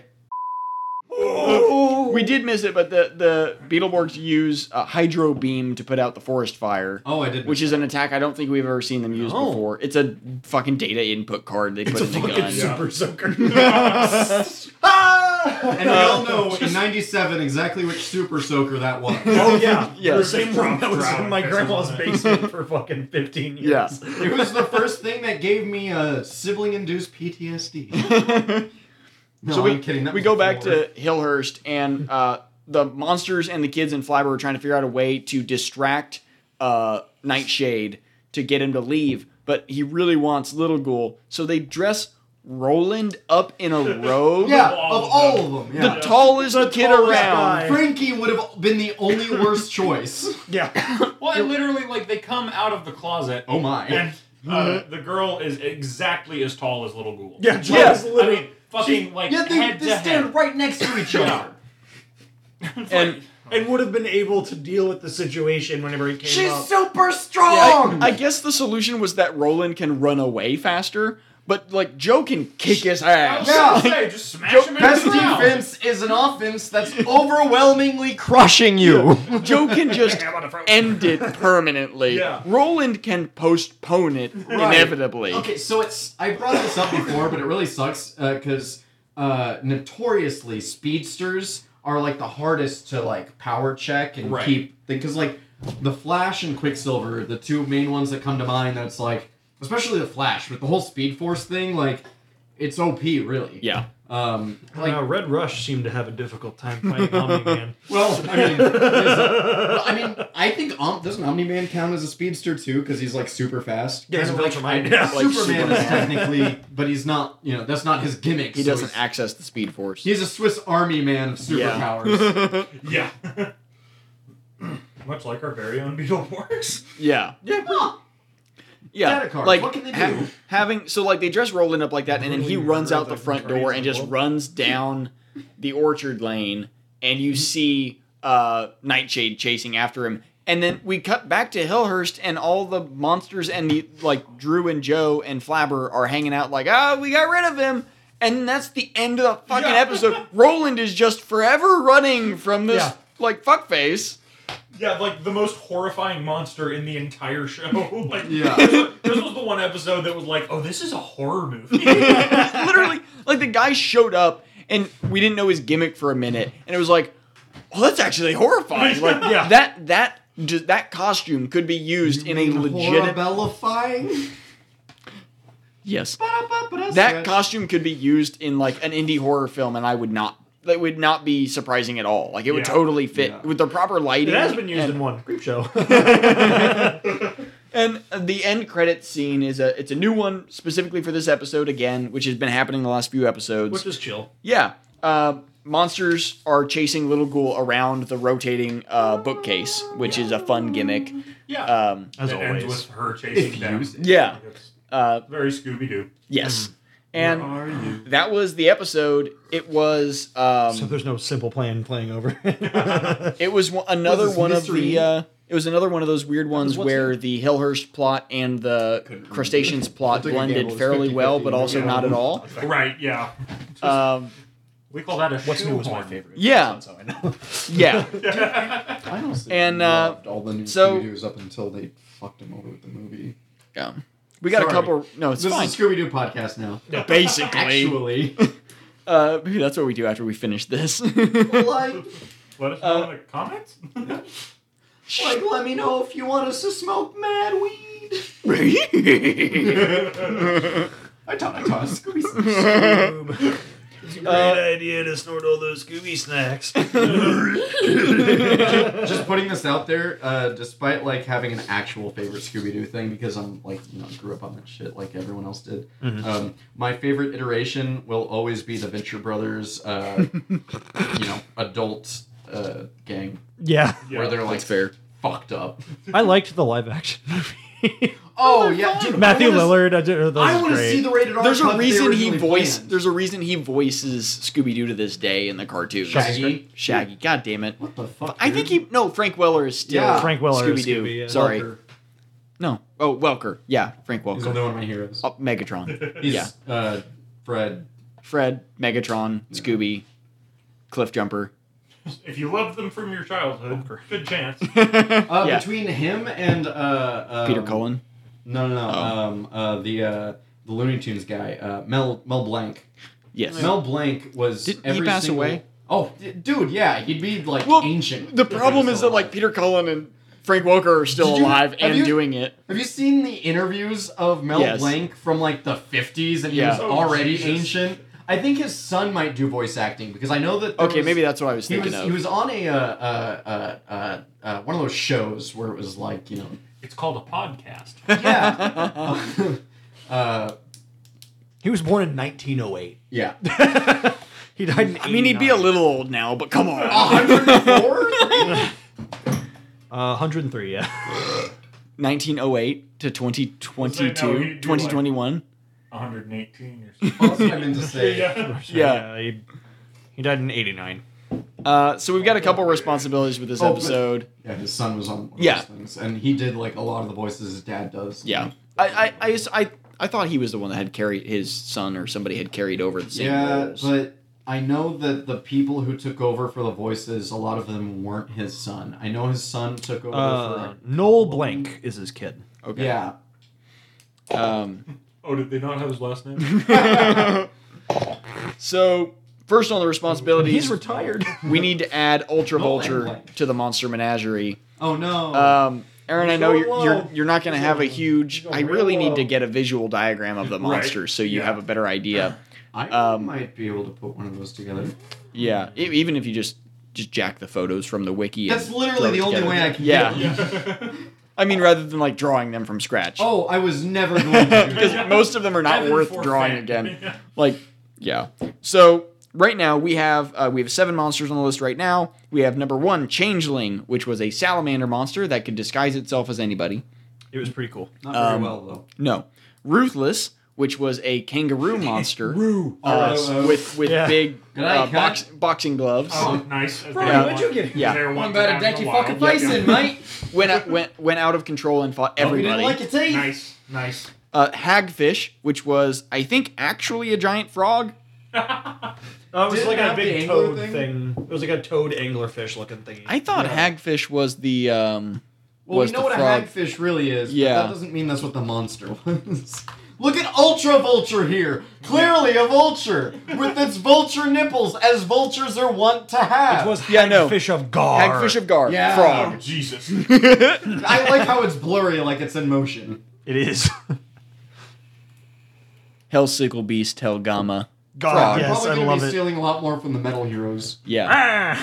We did miss it, but the the Beetleborgs use a hydro beam to put out the forest fire,
Oh, I did. Oh.
which is an attack I don't think we've ever seen them use before. It's a fucking data input card they
Oh
put in the gun.
super soaker.
And we all
Uh,
know in '97 exactly which Super Soaker that was.
Oh yeah,
Yeah.
The same room that was
Drown
in my
or
grandma's
something.
basement for fucking fifteen years.
Yeah.
It was the first thing that gave me a sibling-induced PTSD. No,
so we,
I'm kidding. That
we
was
go back
before.
to Hillhurst, and uh, the monsters and the kids in Flybird are trying to figure out a way to distract uh, Nightshade to get him to leave, but he really wants Little Ghoul, so they dress Roland up in a robe.
yeah,
all
of
of
all
them.
of
The
them. Yeah.
tallest kid
tallest
around.
guy.
Frankie would have been the only worst choice.
yeah.
Well, and literally, like they come out of the closet.
Oh my. Mm-hmm.
And uh, the girl is exactly as tall as Little Ghoul.
Yeah,
Yeah,
Joe's literally.
I mean, fucking like
Yeah, they,
head
they
to
stand
head.
right next to each other.
and and would have been able to deal with the situation whenever it came
She's
up.
super
I,
strong.
I guess the solution was that Roland can run away faster, but like Joe can kick his ass.
Yeah.
Just say, just smash him in
Best
the ground.
defense is an offense that's overwhelmingly
crushing you.
Joe can just end it permanently.
Yeah.
Roland can postpone it inevitably.
Okay, so it's I brought this up before, but it really sucks because uh, notoriously speedsters are like the hardest to like power check and
Right.
keep because like the Flash and Quicksilver, the two main ones that come to mind. That's like especially the Flash with the whole Speed Force thing. Like it's OP really.
Yeah.
Um. Like
Now, Uh, Red Rush seemed to have a difficult time fighting Omni Man.
well, I mean, is it- well, I mean, I think um, doesn't Omni Man count as a speedster too? Because he's like super fast.
Yeah, he's
Kinda
a
like-
Viltrumite.
I-
Like
Superman, is
Superman.
technically, but he's not. You know, that's not his gimmick.
He
so
doesn't
he's-
access the speed force.
He's a Swiss Army man of superpowers.
Yeah. Much like our very own Beetleborgs.
Yeah.
yeah, well,
Yeah.
Data cards,
Like
what can they
ha-
do?
having so like they dress Roland up like that and then he
Roland
runs out
runs
the
like
front
the
door
crazy
and just
wolf.
runs down the orchard lane and
Mm-hmm.
you see uh Nightshade chasing after him. And then we cut back to Hillhurst and all the monsters and the like Drew and Joe and Flabber are hanging out like, ah, we got rid of him. And that's the end of the fucking
Yeah.
episode. Roland is just forever running from this
Yeah.
like fuckface.
Yeah, like the most horrifying monster in the entire show. Like,
Yeah.
this, this was the one episode that was like, oh, this is a horror movie. yeah,
literally like the guy showed up and we didn't know his gimmick for a minute and it was like well that's actually horrifying like
Yeah.
that that just that costume could be used in a legitimate
Horribellifying?
yes
Ba-da-ba-ba-da
that
sketch.
costume could be used in like an indie horror film and i would not that would not be surprising at all like it would
Yeah.
totally fit
Yeah.
with the proper lighting
It has been used
and,
in one creep show.
And the end credit scene is a it's a new one specifically for this episode again, which has been happening the last few episodes.
Which is chill.
Yeah. Uh, monsters are chasing Little Ghoul around the rotating uh, bookcase, which is a fun gimmick. Um,
As
it
always.
ends with her chasing down.
Use it.
yeah.
It's
Uh,
very Scooby Doo.
Mm.
yes.
Where
And
are you?
that was the episode. It was um,
so there's no simple plan playing over.
it was one, another
this
one of
mystery?
the uh, it was another one of those weird ones where the Hillhurst plot and the
remember.
crustaceans plot
took a gamble.
blended
It's
fairly well,
50-50,
but also
yeah.
not at all.
Right, yeah.
Um,
We call that a
What's new is my
shoehorn.
favorite.
yeah,
So I know.
yeah.
I honestly
And, uh,
loved all the new
so-
Scooby-Doo's up until they fucked him over with the movie.
yeah. We got
Sorry.
a couple. No, it's
this
fine.
is a Scooby-Doo podcast now.
Basically,
Actually,
Uh, maybe that's what we do after we finish this.
like,
Let us
Uh,
know in the comments.
like, let me know if you want us to smoke mad weed. I taught, I taught Scooby some shit.
It's a great idea to snort all those Scooby snacks.
just putting this out there, uh, despite like having an actual favorite Scooby Doo thing, because I'm like you know grew up on that shit like everyone else did.
Mm-hmm.
Um, my favorite iteration will always be the Venture Brothers, uh, you know, adult uh, gang
yeah,
Yeah.
where they're like
That's fair.
fucked up.
I liked the live action movie.
Oh yeah, dude,
Matthew
I wanna,
Lillard, I, did, that
I
was
want to
great.
see the rated R.
There's
cut
a
they
reason he
originally
voice.
planned.
There's a reason he voices Scooby Doo to this day in the cartoons.
Shaggy.
Shaggy. God damn it.
What the fuck?
I think he no Frank Weller is still
Yeah.
Frank Weller is
Scooby Doo.
Scooby, yeah.
Sorry,
Welker.
no. Oh, Welker. Yeah, Frank
He's
Welker.
another one of my heroes.
Oh, Megatron.
He's
yeah,
uh, Fred.
Fred, Megatron, Scooby, Cliff Jumper.
If you loved them from your childhood, good chance.
Uh,
Yeah.
Between him and uh, um,
Peter Cullen.
No, no, no.
Oh.
Um, uh, the uh, the Looney Tunes guy, uh, Mel Mel Blanc.
Yes.
Mel Blanc was.
Didn't he
every
pass
single-
away?
Oh, d- dude, yeah, he'd be like
Well,
ancient.
The
if he was
problem is
still
that like
alive.
Peter Cullen and Frank Welker are still
Did you-
alive
have
and
you-
doing it.
Have you seen the interviews of Mel
Yes.
Blanc from like the fifties, and he
Yeah.
was
Oh,
already
Jesus.
ancient? I think his son might do voice acting because I know that. there
Okay,
was-
maybe that's what I was
he
thinking
was
of.
he was on a uh, uh, uh, uh, uh, one of those shows where it was like you know
It's called a podcast.
yeah uh,
He was born in 1908.
yeah
He died in
I mean, he'd be a
89.
little old now, but come on.
104
Uh, 103, yeah.
1908 to 2022,
Say no, he'd be like-
2021.
118 or something.
Also, I meant to say.
yeah.
Yeah.
he, he died in '89.
Uh, so we've got a couple responsibilities with this
Oh, but-
episode.
Yeah, his son was on one
Yeah.
of those things, and he did like a lot of the voices his dad does.
Yeah. I, I, I, just- I, I thought he was the one that had carried his son or somebody had carried over the same
yeah,
roles.
but I know that the people who took over for the voices, a lot of them weren't his son. I know his son took over
Uh,
for.
Noel Blank is his kid.
okay.
Yeah,
Um,
Oh, did they not have his last name?
so first on the responsibilities,
He's retired.
we need to add Ultra
No, I'm
Vulture
like-
to the Monster Menagerie.
Oh no.
Um, Aaron, I know
Go
you're
low.
you're, you're not going to have a huge.
Go
I
real
really
low.
need to get a visual diagram of the monster so you
Yeah.
have a better idea.
I
um,
might be able to put one of those together.
Yeah, e- even if you just just jack the photos from the wiki. and
That's
throw
literally
it
the only
together.
way I can.
Yeah.
Get it.
I mean, rather than like drawing them from scratch.
Oh, I was never going to do
because
that.
most of them are not
Heaven
worth
forfend.
drawing again.
Yeah.
Like, yeah. So right now we have uh, we have seven monsters on the list right now. We have number one, Changeling, which was a salamander monster that could disguise itself as anybody.
It was pretty cool.
Not very
um,
well though.
No, Ruthless, which was a kangaroo monster uh,
Oh, oh, oh.
with with
Yeah.
big
Good
uh,
night,
box, boxing gloves.
Oh, nice. As
Yeah.
they
what'd you get?
Yeah.
There
One
once
better
down
deck
in
you
the wild.
fucking
Yep,
face
yep.
in, mate.
Went out, went went out of control and fought
Hope you Oh, didn't
everybody.
like your teeth.
Nice, nice.
uh, hagfish, which was I think actually a giant frog.
Uh, it was
Did it
like a
have the
big
angler
toad
thing?
thing? It was like a toad anglerfish looking thingy.
I thought hagfish was the um,
Well,
was
we know
the
what
frog.
a hagfish really is. Yeah.
Yeah.
But that doesn't mean that's what the monster was. Look at Ultra Vulture here. Clearly a vulture with its vulture nipples, as vultures are wont to have.
It was
Yeah, no.
Hagfish of Gar.
Hagfish of Gar,
Yeah.
Oh,
frog.
Jesus.
I like how it's blurry, like it's in motion.
It is.
Hellsickle Beast, Hellgama.
God, yes,
Probably
I
gonna
love
be
it.
stealing a lot more from the metal heroes.
Yeah.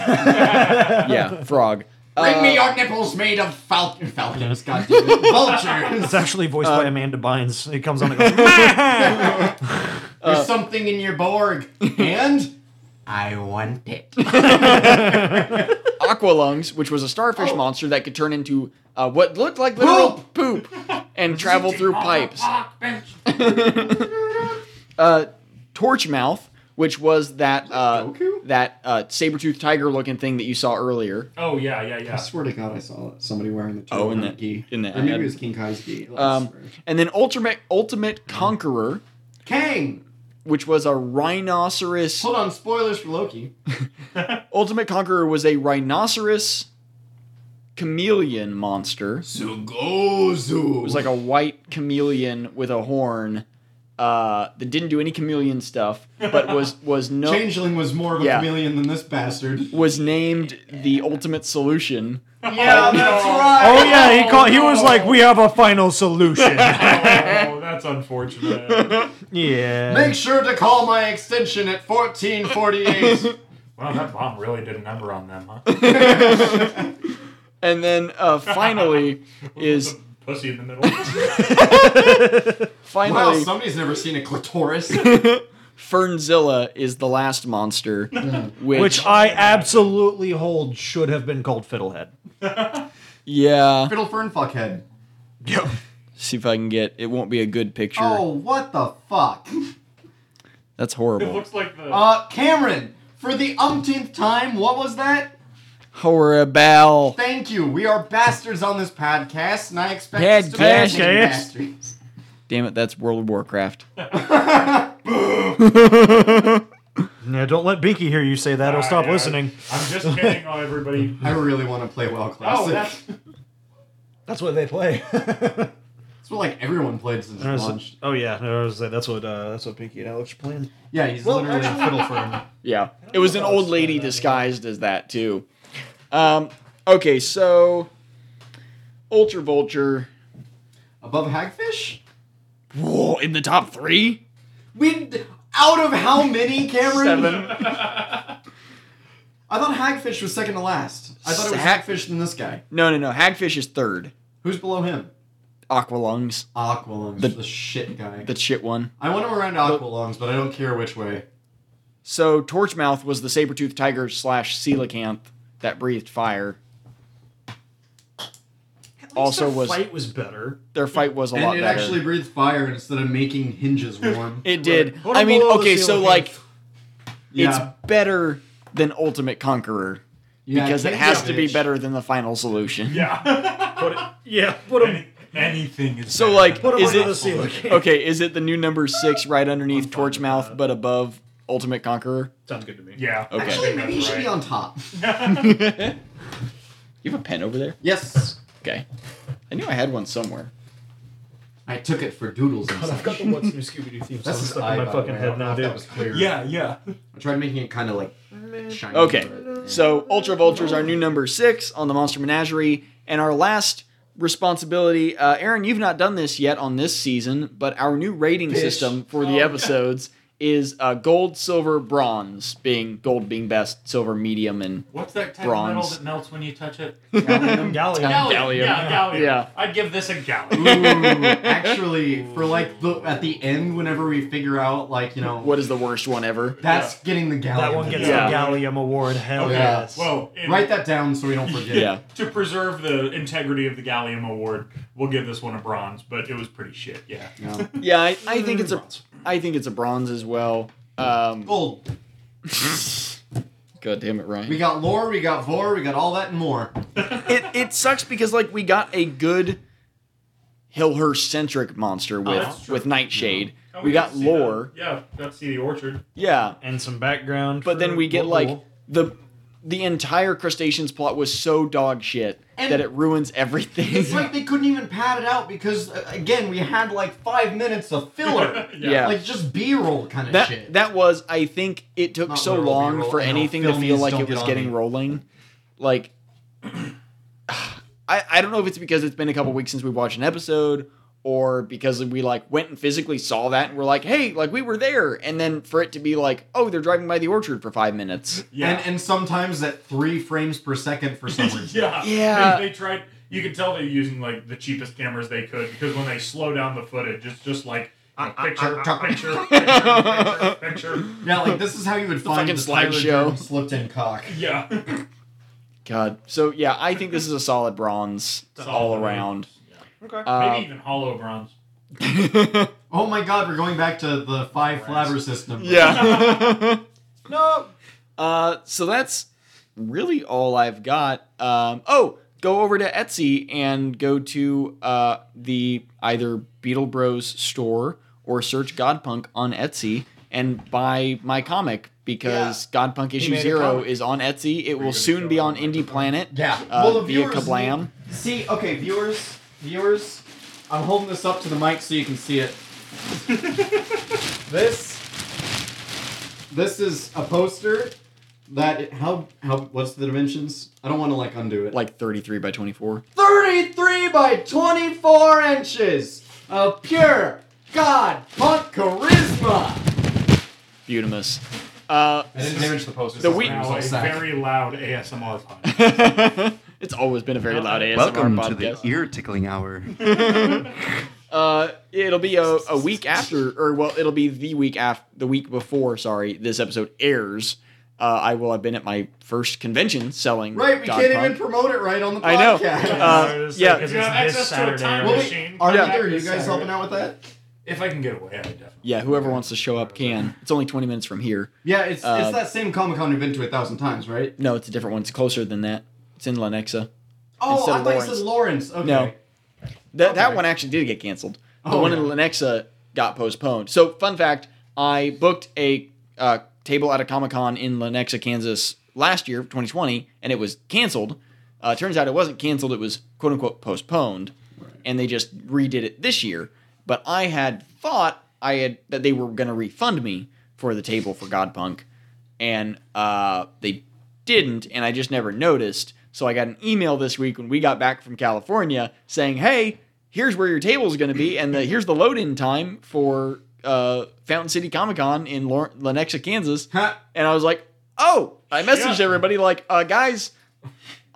yeah, frog.
Bring me
Uh,
your nipples made of fal- falcons, goddamn it.
It's
vultures.
actually voiced by Amanda Bynes. It comes on and goes,
There's something in your Borg, and I want it.
Aqualungs, which was a starfish monster that could turn into uh, what looked like literal poop, and travel through pipes. uh, Torchmouth, which was that uh,
Goku?
that uh, saber-toothed tiger-looking thing that you saw earlier.
Oh, yeah, yeah, yeah.
I swear to God, I saw somebody wearing the
Oh, in
turtleneck
the-
gi.
in the
or maybe
ad.
it was King Kai's gi. I
Um,
swear.
and then Ultimate Ultimate Conqueror,
Kang.
which was a rhinoceros.
Hold on, spoilers for Loki.
Ultimate Conqueror was a rhinoceros chameleon monster.
Zugozu.
It was like a white chameleon with a horn uh, that didn't do any chameleon stuff, but was was no
changeling was more of a
Yeah.
chameleon than this bastard.
was named the ultimate solution.
yeah, that's right.
oh yeah, he called. He was like, "We have a final solution."
Oh, that's unfortunate.
yeah.
Make sure to call my extension at 1448.
Wow, that bomb really did a number on them, huh?
And then uh, finally is
Pussy in the middle.
wow,
finally
somebody's never seen a clitoris.
Fernzilla is the last monster, which,
Which I absolutely hold should have been called Fiddlehead.
yeah.
Fiddle fern fuckhead.
See if I can get. It won't be a good picture.
Oh, what the fuck?
That's
It
horrible.
looks like the.
Uh, Cameron, for the umpteenth time, what was that?
Horrible.
Thank you. We are bastards on this podcast, and I expect us to be
Podcast.
bastards.
Damn it! That's World of Warcraft.
Yeah, don't let Binky hear you say that. He'll
Ah,
stop
yeah,
listening.
I'm just kidding on everybody.
I really want to play WoW Classic.
Oh, that's.
That's what they play.
That's what like everyone played since it launched.
oh yeah, no, I was like, that's what uh, that's what Binky and Alex are playing.
Yeah, he's literally a fiddle firm.
Yeah, it was an old lady disguised as that too. Um, okay, so Ultra Vulture.
Above Hagfish?
Whoa, in the top three?
We out of how many, Cameron?
Seven.
I thought Hagfish was second to last. I thought it was
Sack-
Hagfish than this guy.
No, no, no. Hagfish is third.
Who's below him?
Aqualungs,
Aqualungs,
The-
the, shit guy.
the shit one.
I want him around Aqualungs, but I don't care which way.
So Torchmouth was the saber-toothed tiger slash coelacanth that breathed fire. also
their
was
fight was better.
their fight was a
And
lot
it
better.
actually breathed fire instead of making hinges warm.
it did.
Put 'em
I mean,
below the
okay, so
ceiling.
like
yeah.
it's better than Ultimate Conqueror
Yeah,
because it
King's
has
a
to be
bitch.
better than the final solution.
Yeah.
Put it,
Yeah, put them
Any- anything is
So
better.
like
put 'em
is
under the
it
ceiling.
okay, is it the new number 6 right underneath Torchmouth but above Ultimate Conqueror?
Sounds good to me.
yeah.
Okay.
I
Actually,
think
maybe you
that's
should be
right.
on top.
You have a pen over there?
Yes.
Okay. I knew I had one somewhere.
I took it for doodles and
God, I've
such.
got the What's New Scooby Doo theme song
That's his
stuck
eye,
in my
by the
fucking
way. I
head
don't know
now,
if
dude.
That was clear.
Yeah, yeah.
I tried making it kind of like shiny.
Okay,
but-
so Ultra Vultures are new number six on the Monster Menagerie, and our last responsibility, uh, Aaron, you've not done this yet on this season, but our new rating system for the episodes is uh, gold, silver, bronze, being gold being best, silver medium, and
What's that type
Bronze.
of metal that melts when you touch it?
Gallium.
Gallium. Yeah, gallium.
Yeah.
I'd give this a gallium.
Ooh, actually, for like the at the end, whenever we figure out, like you know,
what is the worst one ever?
that's getting the galleon.
That one gets
Yeah.
a Gallium award. Hell
Okay.
yes.
Well, in-
Write that down so we don't forget.
Yeah.
to preserve the integrity of the Gallium Award, we'll give this one a bronze, but it was pretty shit. Yeah.
Yeah.
Yeah, I, I think it's a, I think it's a bronze as well. Um,
Gold.
God damn it, Ryan.
We got lore. We got vor. We got all that and more.
it it sucks because like we got a good Hillhurst centric monster with
that's true.
with Nightshade.
Oh,
we
got
got
to see
lore.
the- yeah, got to see the orchard.
Yeah.
and some background.
But then
for
we get
Lul.
like the the entire crustaceans plot was so dog shit
And-
that it ruins everything.
It's like they couldn't even pad it out because uh, again, we had like five minutes of filler.
Yeah.
Like just B-roll kind of
that
shit.
that was I think it took
Not
so
literal
long
B-roll,
for
no,
anything to
film
feel
is
like
don't
it
get
was
on
getting
me.
rolling. Like I, I don't know if it's because it's been a couple weeks since we watched an episode or because we like went and physically saw that and we're like, hey, like we were there. And then for it to be like, oh, they're driving by the orchard for five minutes.
Yeah.
And and sometimes at three frames per second for some reason.
yeah.
Yeah.
They, they tried. You can tell they're using like the cheapest cameras they could because when they slow down the footage, it's just like
Uh,
you know, picture, picture, picture, picture, picture.
Yeah, like this is how you would find
fucking
the Tyler
slideshow.
Durden slipped in cock.
Yeah.
God. So yeah, I think this is a solid bronze
Solid
all
bronze.
around.
Okay.
Uh,
Maybe even hollow bronze.
Oh my god, we're going back to the five flavor system.
yeah.
no.
Uh, so that's really all I've got. Um, oh, go over to Etsy and go to uh, the either Beetle Bros store or search Godpunk on Etsy and buy my comic because Godpunk issue
made a
zero
comic.
is on Etsy. It will soon be on Indie Planet.
Yeah.
Uh,
well, the
via
viewers.
Kablam.
See, okay, viewers, viewers, I'm holding this up to the mic so you can see it. this, this is a poster that it, how how what's the dimensions? I don't want to like undo it.
Like 33 by 24.
33 by 24 inches of pure God punk charisma.
Beautimus. Uh,
I didn't damage the poster.
The wheat-
Now a very loud ASMR podcast.
it's always been a very loud ASMR
Welcome to
podcast.
the ear tickling hour.
Uh, it'll be a, a week after, or well, it'll be the week after, the week before. Sorry, this episode airs. Uh, I will have been at my first convention selling.
Right, we
God
can't
Punk.
even promote it right on the podcast.
I know.
Well,
Uh, yeah.
You have access to a time
wait,
machine.
are
Yeah.
either of you guys helping out with that?
If I can get away, I would definitely.
Yeah, whoever wants to show up can. It's only twenty minutes from here.
Yeah, it's
Uh,
it's that same Comic Con you've been to a thousand times, right?
No, it's a different one. It's closer than that. It's in Lenexa.
Oh,
instead
I
of
thought you said Lawrence. Okay.
No. That that
Okay.
one actually did get canceled. The
Oh,
one
yeah.
in Lenexa got postponed. So, fun fact: I booked a uh, table at a Comic Con in Lenexa, Kansas, last year, 2020, and it was canceled. Uh, turns out it wasn't canceled; it was quote unquote postponed, and they just redid it this year. But I had thought I had that they were going to refund me for the table for Godpunk, and uh, they didn't, and I just never noticed. So I got an email this week when we got back from California saying, "Hey, here's where your table's going to be, and the, here's the load-in time for uh, Fountain City Comic Con in Lor- Lenexa, Kansas."
Huh.
And I was like, "Oh!" I messaged
Yeah.
everybody like, uh, "Guys,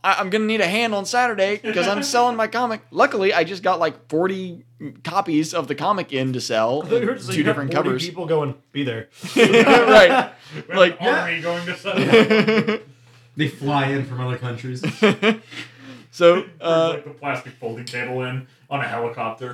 I- I'm going to need a hand on Saturday because I'm selling my comic." Luckily, I just got like 40 copies of the comic in to sell, two different covers.
People going be there.
right?
We have
Like,
an army going to set up.
They fly in from other countries.
So,
Brings,
uh,
like the plastic folding table in on a helicopter.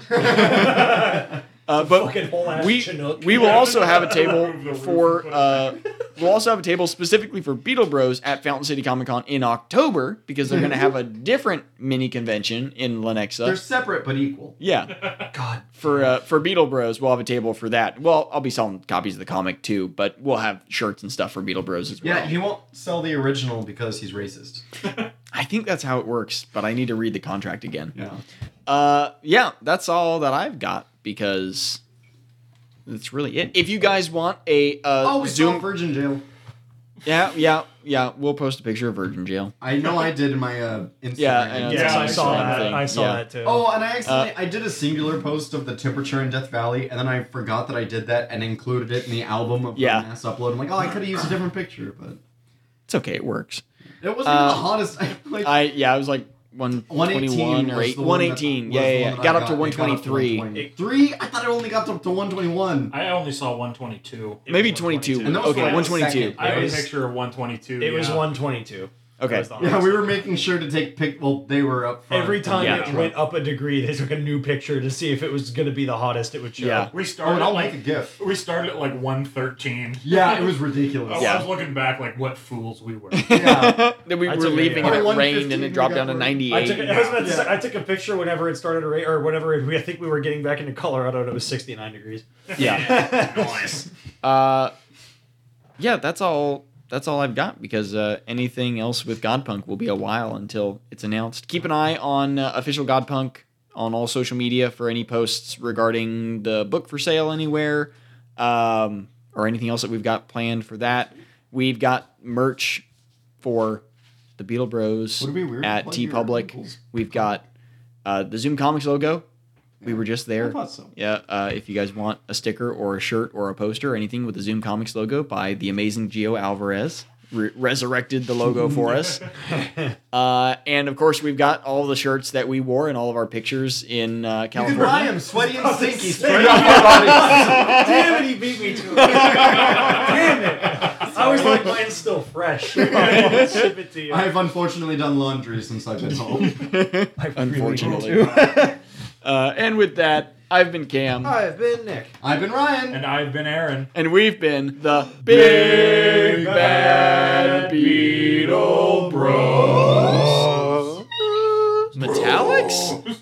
uh, but
Fucking whole ass
we
Chinook.
we will also have a
Remove
table
the roof
for
and put it
uh, we'll also have a table specifically for Beetle Bros at Fountain City Comic Con in October because they're going to have a different mini convention in Lenexa.
They're separate but equal.
yeah,
God.
for uh, for Beetle Bros, we'll have a table for that. Well, I'll be selling copies of the comic too, but we'll have shirts and stuff for Beetle Bros as well.
Yeah, he won't sell the original because he's racist.
I think that's how it works, but I need to read the contract again.
Yeah.
Uh, yeah, that's all that I've got because that's really it. If you guys want a uh,
Oh, we saw
Zoom,
Virgin Jail.
yeah, yeah, yeah, we'll post a picture of Virgin Jail.
I know I did in my uh, Instagram.
Yeah, Uh, and
Yeah,
Yeah,
I saw that.
thing.
I saw
Yeah.
that too.
Oh, and I accidentally I did a singular post of the temperature in Death Valley, and then I forgot that I did that and included it in the album of
Yeah.
the mass upload. I'm like, oh, I could have used a different picture, but
It's okay, it works.
it wasn't
Uh,
the hottest. like
I yeah, I was like one twenty
118
one or
was
eight,
the one
one
that-
eighteen.
was
Yeah,
the
yeah,
one
yeah.
that I
got up to
got.
one
It got
twenty
up to
three.
120. Three? I thought it only got up to 121.
I only saw 122. It
Maybe
was
twenty two.
And that was
Okay,
like
one twenty two.
second.
I have a
It was-
picture of 122.
it was
yeah.
122.
Okay.
That was the
Yeah, we
highest.
were making sure to take pic. Well, they were up front.
Every time
Yeah.
it went up a degree, they took a new picture to see if it was going to be the hottest it would show.
Yeah.
We
Oh,
started
and I'll
like
make a GIF.
we started at like 113.
Yeah, it was ridiculous.
Oh,
Yeah.
I was looking back like what fools we were.
yeah.
Then we
I
were
took a-
leaving and
Oh,
it
115,
rained and it dropped
we
down
got
to
one.
ninety
I took,
eight.
I, was about to say,
Yeah.
I took a picture whenever it started to rain, or whenever we, I think we were getting back into Colorado and it was 69 degrees.
Yeah.
Nice.
Uh, yeah, that's all. That's all I've got because uh, anything else with Godpunk will be a while until it's announced. Keep an eye on uh, official Godpunk on all social media for any posts regarding the book for sale anywhere um, or anything else that we've got planned for that. We've got merch for the Beetle Bros
Would it be weird to
at
plug
T
your
Public.
ankles?
We've got uh, the Zoom Comics logo. We were just there.
I thought so.
Yeah, uh, if you guys want a sticker or a shirt or a poster or anything with the Zoom Comics logo by the amazing Gio Alvarez, re- resurrected the logo for us. Uh, and of course, we've got all the shirts that we wore and all of our pictures in uh,
You can buy
California.
him sweaty and stinky straight off your body.
Damn it, he beat me to it. Damn it. I was like, mine's still fresh. I won't ship it to you.
I've unfortunately done laundry since I've been home.
I really
unfortunately.
need to.
Uh, and with that, I've been Cam,
I've been Nick.
I've been Ryan.
and I've been Aaron.
and we've been the Big Bad Beetle Bros. Metallics?